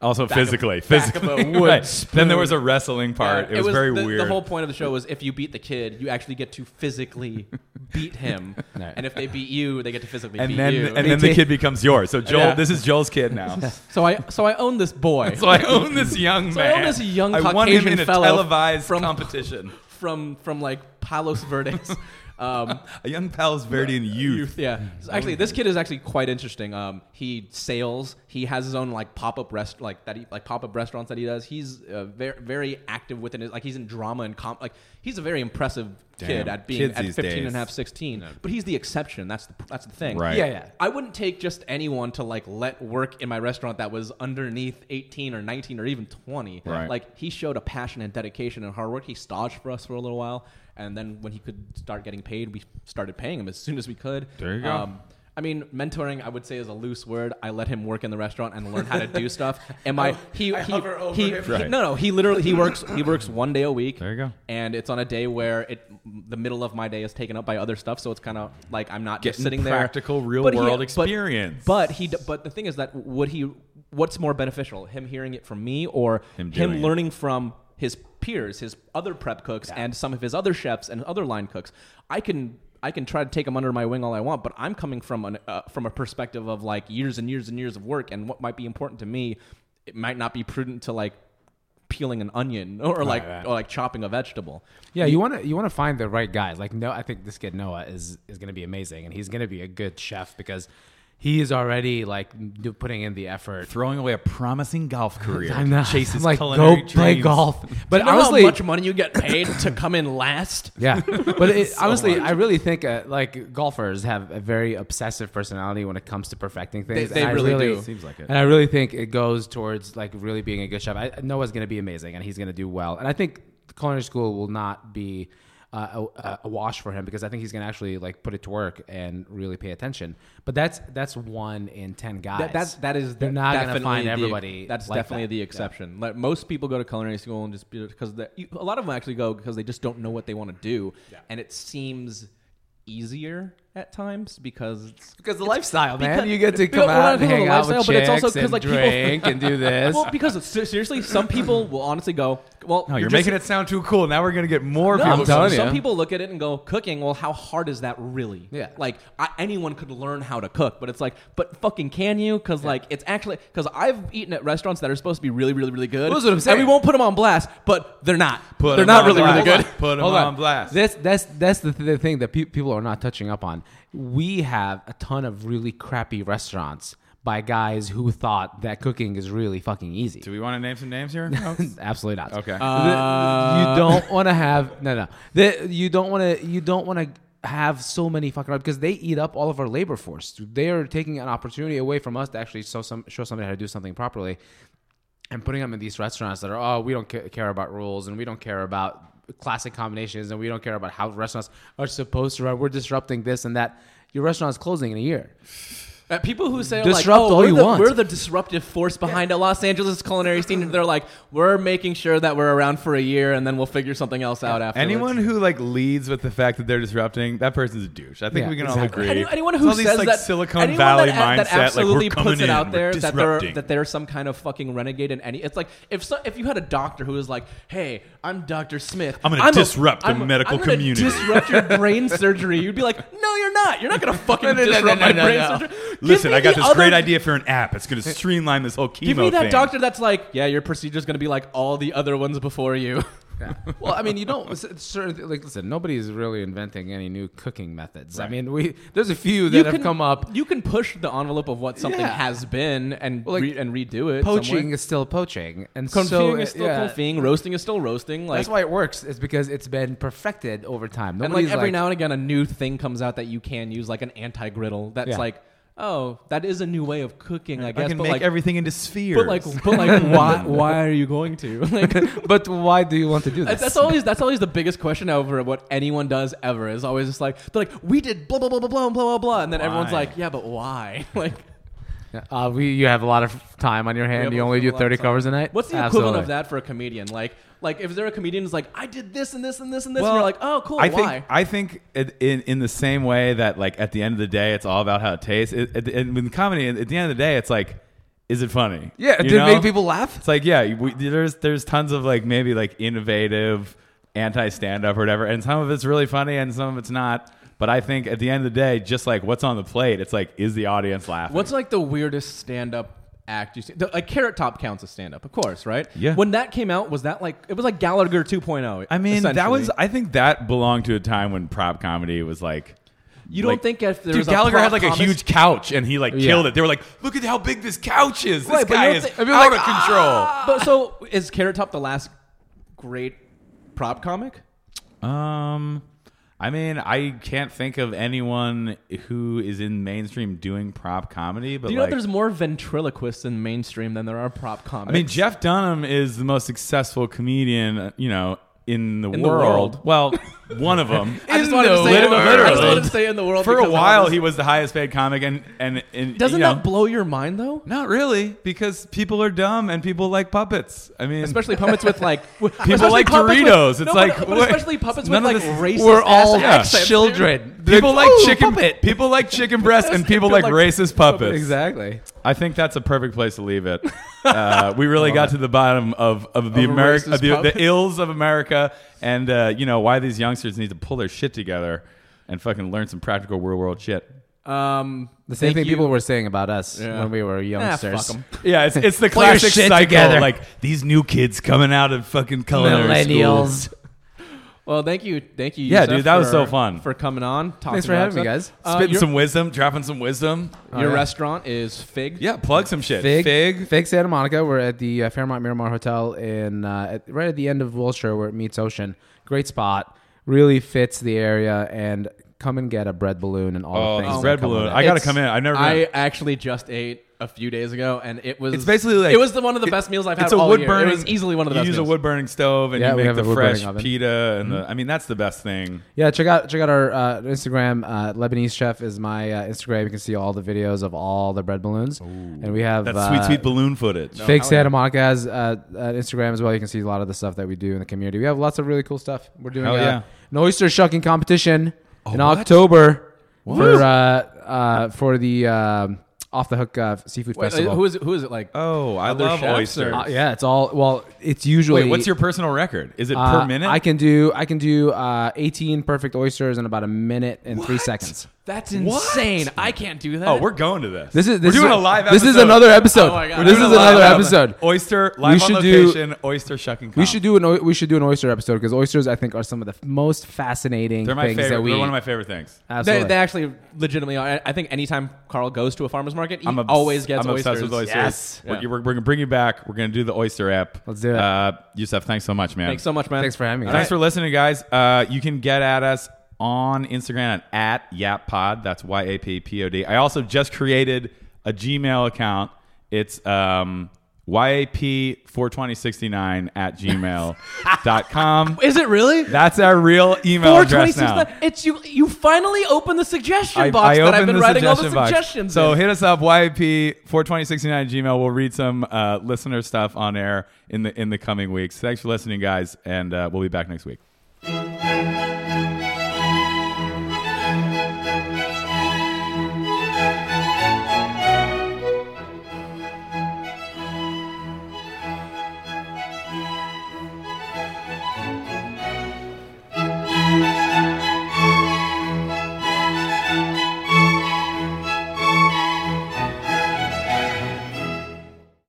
Speaker 1: Also
Speaker 3: of-
Speaker 1: physically,
Speaker 3: back of a
Speaker 1: physically. [laughs]
Speaker 3: wood
Speaker 1: right. Then
Speaker 3: spoon.
Speaker 1: there was a wrestling part.
Speaker 3: Yeah,
Speaker 1: it, was very
Speaker 3: the,
Speaker 1: weird.
Speaker 3: The whole point of the show was if you beat the kid, you actually get to
Speaker 1: [laughs]
Speaker 3: physically beat him.
Speaker 2: Right.
Speaker 3: And if they beat you, they get to physically beat
Speaker 1: and then
Speaker 3: you.
Speaker 1: and then the kid becomes yours. So Joel,
Speaker 3: Yeah.
Speaker 1: this is Joel's kid
Speaker 3: [laughs]
Speaker 1: now. [laughs]
Speaker 3: so I so I own this boy.
Speaker 1: so I own this young
Speaker 3: So I
Speaker 1: man.
Speaker 3: own this young
Speaker 1: I want him
Speaker 3: Caucasian
Speaker 1: in a
Speaker 3: fellow
Speaker 1: televised
Speaker 3: from-
Speaker 1: competition.
Speaker 3: from from like Palos Verdes.
Speaker 1: [laughs]
Speaker 3: um,
Speaker 1: A young Palos Verdean [laughs] youth.
Speaker 3: yeah. So actually, this kid is actually quite interesting. Um, he sails. He has his own like pop up rest like that he like pop up restaurants that he does. He's uh, very very active within it. Like he's in drama and comp. Like he's a very impressive kid
Speaker 1: Damn.
Speaker 3: at being
Speaker 1: Kids
Speaker 3: at
Speaker 1: these
Speaker 3: 15 and
Speaker 1: days.
Speaker 3: a half, 16. But he's the exception. That's the that's the thing.
Speaker 1: Right.
Speaker 2: Yeah, yeah.
Speaker 3: I wouldn't take just anyone to like let work in my restaurant that was underneath 18 or 19 or even 20.
Speaker 1: Right.
Speaker 3: Like he showed a passion and dedication and hard work. He stodged for us for a little while, and then when he could start getting paid, we started paying him as soon as we could. Um,
Speaker 1: There you go.
Speaker 3: I mean, mentoring I would say is a loose word. I let him work in the restaurant and learn how to
Speaker 1: [laughs]
Speaker 3: do stuff. Am I? He he,
Speaker 2: hover over
Speaker 3: he,
Speaker 2: him.
Speaker 3: he-
Speaker 1: Right.
Speaker 3: no no he literally he works he works one day a week.
Speaker 1: There you go.
Speaker 3: And it's on a day where it the middle of my day is taken up by other stuff, so it's kind of like I'm not just
Speaker 1: Getting
Speaker 3: sitting there
Speaker 1: practical, real
Speaker 3: But he-
Speaker 1: world
Speaker 3: but-
Speaker 1: experience.
Speaker 3: But he, d- but the thing is that would he? What's more beneficial, him hearing it from me or
Speaker 1: Him
Speaker 3: him,
Speaker 1: doing it.
Speaker 3: learning from his peers, his other prep cooks, and some of his other chefs and other line cooks? I can. I can try to take him under my wing all I want, but I'm coming from an, uh, from a perspective of like years and years and years of work, and what might be important to me, it might not be prudent to like peeling an onion [laughs] or like
Speaker 2: right.
Speaker 3: or like chopping a vegetable.
Speaker 2: Yeah, you want to you want to find the right guys. Like no, I think this kid Noah is is going to be amazing, and he's going to be a good chef because he is already like do- putting in the effort.
Speaker 1: Throwing away a promising
Speaker 3: [laughs]
Speaker 1: golf career.
Speaker 2: I'm not
Speaker 1: Chases
Speaker 2: I'm like go
Speaker 1: culinary
Speaker 2: play
Speaker 1: dreams.
Speaker 2: golf, but
Speaker 3: You know
Speaker 2: honestly,
Speaker 3: how much money you get paid to come in last?
Speaker 2: [laughs]
Speaker 3: [laughs]
Speaker 2: yeah. But it, honestly, I really think uh, like golfers have a very obsessive personality when it comes to perfecting things.
Speaker 3: they
Speaker 2: and I
Speaker 3: really do.
Speaker 1: Seems like it.
Speaker 2: And I really think it goes towards like really being a good chef. I, Noah's going to be amazing, and he's going to do well. And I think culinary school will not be uh, a, a wash for him because I think he's going to actually like put it to work and really pay attention. But that's that's one in ten guys.
Speaker 3: That, that's that is
Speaker 2: they're not going to
Speaker 3: definitely
Speaker 2: find
Speaker 3: the-
Speaker 2: everybody.
Speaker 3: That's
Speaker 2: like
Speaker 3: definitely
Speaker 2: that.
Speaker 3: the exception. Like most people go to culinary school and just because a lot of them actually go because they just don't know what they want to do, and it seems easier at times because it's
Speaker 2: Because the lifestyle, man,
Speaker 3: because-
Speaker 2: you get to
Speaker 3: because-
Speaker 2: come
Speaker 3: well, not
Speaker 2: out and
Speaker 3: because of
Speaker 2: hang
Speaker 3: the
Speaker 2: out with
Speaker 3: lifestyle, but it's also
Speaker 2: chicks
Speaker 3: 'cause, [laughs]
Speaker 2: and
Speaker 3: like, people-
Speaker 2: drink and do this.
Speaker 3: well because ser- seriously some people will honestly go Well,
Speaker 1: No, Oh, you're,
Speaker 3: just-
Speaker 1: making it sound too cool. Now we're gonna get more
Speaker 3: No,
Speaker 1: people.
Speaker 3: some-
Speaker 5: telling
Speaker 3: some
Speaker 5: you.
Speaker 3: people look at it and go, "Cooking? Well, how hard is that really?"
Speaker 2: Yeah.
Speaker 3: like I, anyone could learn how to cook, but it's like, but fucking can you? Because like it's actually because I've eaten at restaurants that are supposed to be really, really, really good.
Speaker 2: That's what I'm saying.
Speaker 3: And we won't put them on blast, but they're not.
Speaker 1: Put
Speaker 3: they're
Speaker 1: 'em
Speaker 3: not
Speaker 1: on
Speaker 3: really,
Speaker 1: blast.
Speaker 3: [laughs] really good.
Speaker 1: Put them
Speaker 2: Hold
Speaker 1: on blast.
Speaker 2: That's that's that's the, th- the thing that pe- people are not touching up on. We have a ton of really crappy restaurants by guys who thought that cooking is really fucking easy.
Speaker 1: Do we want to name some names
Speaker 3: [laughs]
Speaker 1: here?
Speaker 2: [laughs] Absolutely not. Uh,
Speaker 1: Okay.
Speaker 2: The- you don't want to have no no. The, you don't want to you don't want to have so many fucking because they eat up all of our labor force. They are taking an opportunity away from us to actually show some show somebody how to do something properly, and putting them in these restaurants that are oh we don't ca- care about rules and we don't care about classic combinations and we don't care about how restaurants are supposed to run. We're disrupting this and that. Your restaurant's closing in a year.
Speaker 3: Uh, people who say
Speaker 2: Disrupt
Speaker 3: like, oh,
Speaker 2: all
Speaker 3: we're
Speaker 2: you
Speaker 3: the,
Speaker 2: want."
Speaker 3: we're the disruptive force behind a Los Angeles culinary scene. They're like, we're making sure that we're around for a year, and then we'll figure something else out after.
Speaker 1: Anyone who like leads with the fact that they're disrupting, that person's a douche. I think
Speaker 2: Yeah,
Speaker 1: we can
Speaker 2: exactly.
Speaker 1: all agree.
Speaker 3: Any- anyone
Speaker 1: It's
Speaker 3: who
Speaker 1: all
Speaker 3: says
Speaker 1: these, like,
Speaker 3: that
Speaker 1: Silicon
Speaker 3: anyone
Speaker 1: Valley
Speaker 3: that,
Speaker 1: mindset,
Speaker 3: that absolutely
Speaker 1: like, we're coming
Speaker 3: puts it
Speaker 1: in,
Speaker 3: out there
Speaker 1: we're
Speaker 3: that they're
Speaker 1: disrupting.
Speaker 3: that they're some kind of fucking renegade in any. It's like if so, if you had a doctor who was like, "Hey, I'm Doctor Smith.
Speaker 1: I'm gonna
Speaker 3: a-
Speaker 1: disrupt the
Speaker 3: I'm- I'm
Speaker 1: medical
Speaker 3: gonna
Speaker 1: community." [laughs]
Speaker 3: Disrupt your brain surgery. You'd be like, "No, you're not. You're not gonna fucking disrupt my brain surgery." Give
Speaker 1: Listen,
Speaker 3: me
Speaker 1: I got
Speaker 3: the
Speaker 1: this
Speaker 3: other-
Speaker 1: great idea for an app. It's going to streamline this whole chemo
Speaker 3: Give me that
Speaker 1: thing.
Speaker 3: doctor that's like, "Yeah, your procedure's gonna be like all the other ones before you." [laughs]
Speaker 2: well, I mean, you don't s- certain th- like listen. Nobody's really inventing any new cooking methods. I mean, we there's a few that
Speaker 3: you
Speaker 2: have
Speaker 3: can
Speaker 2: come up.
Speaker 3: You can push the envelope of what something
Speaker 2: Yeah.
Speaker 3: has been and
Speaker 2: Well, like,
Speaker 3: re- and redo it. some way.
Speaker 2: Poaching is still poaching, and
Speaker 3: Confing
Speaker 2: so
Speaker 3: is
Speaker 2: uh,
Speaker 3: still
Speaker 2: yeah.
Speaker 3: confing. Roasting is still roasting. Like,
Speaker 2: That's why it works. Is because it's been perfected over time.
Speaker 3: and like
Speaker 2: Nobody's
Speaker 3: every now and again, a new thing comes out that you can use, like an anti-griddle. That's
Speaker 2: Yeah.
Speaker 3: like, oh, that is a new way of cooking, I
Speaker 1: I
Speaker 3: guess.
Speaker 1: can
Speaker 3: but
Speaker 1: make
Speaker 3: like,
Speaker 1: everything into spheres.
Speaker 3: but like,
Speaker 1: [laughs]
Speaker 3: but like, why? Why are you going to? [laughs] Like,
Speaker 2: [laughs] but why do you want to do
Speaker 3: [laughs]
Speaker 2: this?
Speaker 3: that's always that's always the biggest question over what anyone does ever is always just like they're like we did blah blah blah blah blah and blah blah blah, and then everyone's
Speaker 1: Why?
Speaker 3: like, yeah, but why? [laughs] Like,
Speaker 2: Uh, we you have a lot of time on your
Speaker 3: we have
Speaker 2: hand.
Speaker 3: a-
Speaker 2: You only
Speaker 3: we have a
Speaker 2: do
Speaker 3: lot of
Speaker 2: thirty
Speaker 3: time.
Speaker 2: covers a night.
Speaker 3: What's the equivalent of
Speaker 2: Absolutely.
Speaker 3: that for a comedian? Like, like if there a comedian who's like, I did this and this and this and this,
Speaker 1: Well,
Speaker 3: and you're like, oh, cool,
Speaker 1: I
Speaker 3: why?
Speaker 1: think I think it, in in the same way that like at the end of the day, it's all about how it tastes. It, at the, and with comedy, at the end of the day, it's like, is it funny?
Speaker 2: Yeah,
Speaker 1: You
Speaker 2: did it
Speaker 1: know?
Speaker 2: make
Speaker 3: [laughs]
Speaker 2: people laugh?
Speaker 1: It's like yeah, we, there's there's tons of like maybe like innovative anti stand up or whatever, and some of it's really funny and some of it's not. But I think at the end of the day, just like what's on the plate, it's like is the audience laughing?
Speaker 3: What's like the weirdest stand up act you see? The, like Carrot Top counts as stand up, of course, right?
Speaker 1: Yeah.
Speaker 3: When that came out, was that like it was like Gallagher 2.0?
Speaker 1: I mean, that was
Speaker 3: essentially.
Speaker 1: I think that belonged to a time when prop comedy was like
Speaker 3: you don't
Speaker 1: like-
Speaker 3: think if there
Speaker 1: Dude,
Speaker 3: was
Speaker 1: Gallagher
Speaker 3: a
Speaker 1: had like
Speaker 3: prop
Speaker 1: a
Speaker 3: comic-
Speaker 1: huge couch and he like
Speaker 2: Yeah.
Speaker 1: killed it. They were like, "Look at how big this couch is. This
Speaker 3: Right, but you
Speaker 1: guy
Speaker 3: don't
Speaker 1: is
Speaker 3: think-
Speaker 1: out
Speaker 3: I'd be "Ah!"
Speaker 1: of control."
Speaker 3: But so is Carrot Top the last great prop comic?
Speaker 1: Um, I mean, I can't think of anyone who is in mainstream doing prop comedy, but
Speaker 3: Do you
Speaker 1: like,
Speaker 3: know there's more ventriloquists in mainstream than there are prop comics?
Speaker 1: I mean, Jeff Dunham is the most successful comedian, uh, you know, in the,
Speaker 3: In the
Speaker 1: world.
Speaker 3: world.
Speaker 1: Well, one of
Speaker 3: [laughs]
Speaker 1: them.
Speaker 3: I just wanted to say in the world. I just wanted to say in the world
Speaker 1: For
Speaker 3: because
Speaker 1: a
Speaker 3: of
Speaker 1: while,
Speaker 3: all
Speaker 1: he
Speaker 3: this-
Speaker 1: was the highest paid comic, and and, and
Speaker 3: doesn't
Speaker 1: you know,
Speaker 3: that blow your mind though?
Speaker 1: Not really, because people are dumb and people like puppets. I mean,
Speaker 3: especially puppets
Speaker 1: [laughs]
Speaker 3: with like people
Speaker 1: like Doritos. It's like,
Speaker 3: but,
Speaker 1: what-
Speaker 3: especially puppets with
Speaker 1: none of
Speaker 3: like
Speaker 1: this-
Speaker 3: racist.
Speaker 2: We're all
Speaker 3: ass accents,
Speaker 2: children.
Speaker 1: people like
Speaker 2: Ooh,
Speaker 1: chicken.
Speaker 2: puppet.
Speaker 1: People like chicken
Speaker 3: [laughs]
Speaker 1: breasts, and people like, racist puppets.
Speaker 2: [laughs] Exactly.
Speaker 1: I think that's a perfect place to leave it. Uh, we really got to the bottom of, of the America,
Speaker 3: racist
Speaker 1: of the,
Speaker 3: puppets.
Speaker 1: the ills of America, and uh, you know why these youngsters need to pull their shit together and fucking learn some practical real world shit.
Speaker 3: dude. Um,
Speaker 2: The same
Speaker 3: thank
Speaker 2: thing
Speaker 3: you.
Speaker 2: people were saying about us
Speaker 3: Yeah.
Speaker 2: when we were
Speaker 3: Ah, fuck
Speaker 2: youngsters.
Speaker 3: 'em.
Speaker 1: Yeah, it's, it's the
Speaker 2: Pull your
Speaker 1: classic
Speaker 2: shit
Speaker 1: cycle.
Speaker 2: together.
Speaker 1: Like these new kids coming out of fucking culinary schools.
Speaker 2: Millennials.
Speaker 3: Well, thank you, thank you.
Speaker 1: Yeah,
Speaker 3: Yusef,
Speaker 1: dude, that was
Speaker 3: for-
Speaker 1: so fun.
Speaker 3: for coming on. Talking
Speaker 2: Thanks for
Speaker 3: about
Speaker 2: having me,
Speaker 3: stuff.
Speaker 2: guys.
Speaker 3: Uh,
Speaker 1: Spitting
Speaker 3: your
Speaker 1: some wisdom, dropping some wisdom.
Speaker 3: your
Speaker 2: yeah.
Speaker 3: restaurant is Fig.
Speaker 1: Yeah, plug some shit.
Speaker 2: Fig, Fig, Santa Monica. We're at the uh, Fairmont Miramar Hotel in uh, at, right at the end of Wilshire, where it meets ocean. Great spot, really fits the area, and come and get a bread balloon and all
Speaker 1: Oh,
Speaker 2: the things.
Speaker 1: this
Speaker 2: that
Speaker 1: red
Speaker 2: come with
Speaker 1: balloon.
Speaker 2: it.
Speaker 1: I gotta
Speaker 3: It's-
Speaker 1: come in. I've never.
Speaker 3: I
Speaker 1: been.
Speaker 3: actually just ate a few days ago, and it was
Speaker 1: It's basically like
Speaker 3: it was the one of the best meals I've had.
Speaker 1: It's a
Speaker 3: all
Speaker 1: wood
Speaker 3: year.
Speaker 1: burning.
Speaker 3: It was easily one of the
Speaker 1: you
Speaker 3: best.
Speaker 1: use
Speaker 3: meals.
Speaker 1: a wood burning stove and
Speaker 2: Yeah,
Speaker 1: you
Speaker 2: we
Speaker 1: make
Speaker 2: have
Speaker 1: the
Speaker 2: a wood burning
Speaker 1: fresh
Speaker 2: oven.
Speaker 1: pita and the. I mean, that's the best thing.
Speaker 2: Yeah, check out check out our uh, Instagram. Uh, Lebanese Chef is my uh, Instagram. You can see all the videos of all the bread balloons, and we have
Speaker 1: That's
Speaker 2: uh,
Speaker 1: sweet, sweet balloon footage.
Speaker 2: Fig Santa Monica has uh, an Instagram as well. You can see a lot of the stuff that we do in the community. We have lots of really cool stuff. We're doing
Speaker 1: Hell
Speaker 2: uh,
Speaker 1: yeah.
Speaker 2: an oyster shucking competition in October for uh, uh, for the um, off the hook uh, seafood
Speaker 3: Wait,
Speaker 2: festival.
Speaker 3: who is it? Who is it? Like
Speaker 1: Oh, I
Speaker 3: other
Speaker 1: love
Speaker 3: chefs
Speaker 1: oysters.
Speaker 3: or-
Speaker 2: Uh, yeah, it's all well. It's usually
Speaker 1: Wait, what's your personal record? Is it
Speaker 2: uh,
Speaker 1: per minute?
Speaker 2: I can do I can do uh, 18 perfect oysters in about a minute and three seconds.
Speaker 3: That's
Speaker 1: What?
Speaker 3: insane. I can't do that.
Speaker 1: oh, we're going to this.
Speaker 2: This is this
Speaker 1: we're doing
Speaker 2: is,
Speaker 1: a live.
Speaker 2: This is
Speaker 1: episode.
Speaker 2: another episode.
Speaker 3: Oh my God. We're
Speaker 2: This is
Speaker 3: doing a live
Speaker 2: another
Speaker 1: episode.
Speaker 2: episode.
Speaker 1: Oyster live on
Speaker 2: should do-
Speaker 1: location. oyster shucking.
Speaker 2: We
Speaker 1: comp.
Speaker 2: should do an oy- we should do an oyster episode because oysters I think are some of the f- most fascinating
Speaker 1: They're my
Speaker 2: things
Speaker 1: favorite.
Speaker 2: that we uh,
Speaker 1: They're one of my favorite things.
Speaker 3: They,
Speaker 2: absolutely.
Speaker 3: they actually legitimately are. I- I think anytime Carl goes to a farmer's market, he
Speaker 1: I'm obs-
Speaker 3: always gets
Speaker 1: I'm
Speaker 3: oysters.
Speaker 1: obsessed with oysters.
Speaker 2: Yes.
Speaker 1: We're,
Speaker 3: Yeah.
Speaker 1: we're, we're gonna bring you back. We're gonna do the oyster app.
Speaker 2: Let's do it.
Speaker 1: Uh, Yusef, thanks so much, man.
Speaker 3: Thanks so much, man.
Speaker 2: Thanks for having me.
Speaker 3: All
Speaker 1: Thanks
Speaker 3: right.
Speaker 1: for listening, guys. Uh, you can get at us on Instagram at, at yappod. That's Y A P P O D. I also just created a Gmail account. It's um, YAP42069 at
Speaker 3: [laughs]
Speaker 1: gmail.com.
Speaker 3: Is it really?
Speaker 1: That's our real email address now.
Speaker 3: It's you. You finally opened the suggestion
Speaker 1: I-
Speaker 3: box
Speaker 1: I
Speaker 3: that I've
Speaker 1: opened
Speaker 3: been
Speaker 1: the
Speaker 3: writing all the
Speaker 1: suggestion box.
Speaker 3: suggestions.
Speaker 1: So
Speaker 3: in.
Speaker 1: hit us up, YAP42069 Gmail. We'll read some uh, listener stuff on air in the in the coming weeks. Thanks for listening, guys, and uh, we'll be back next week.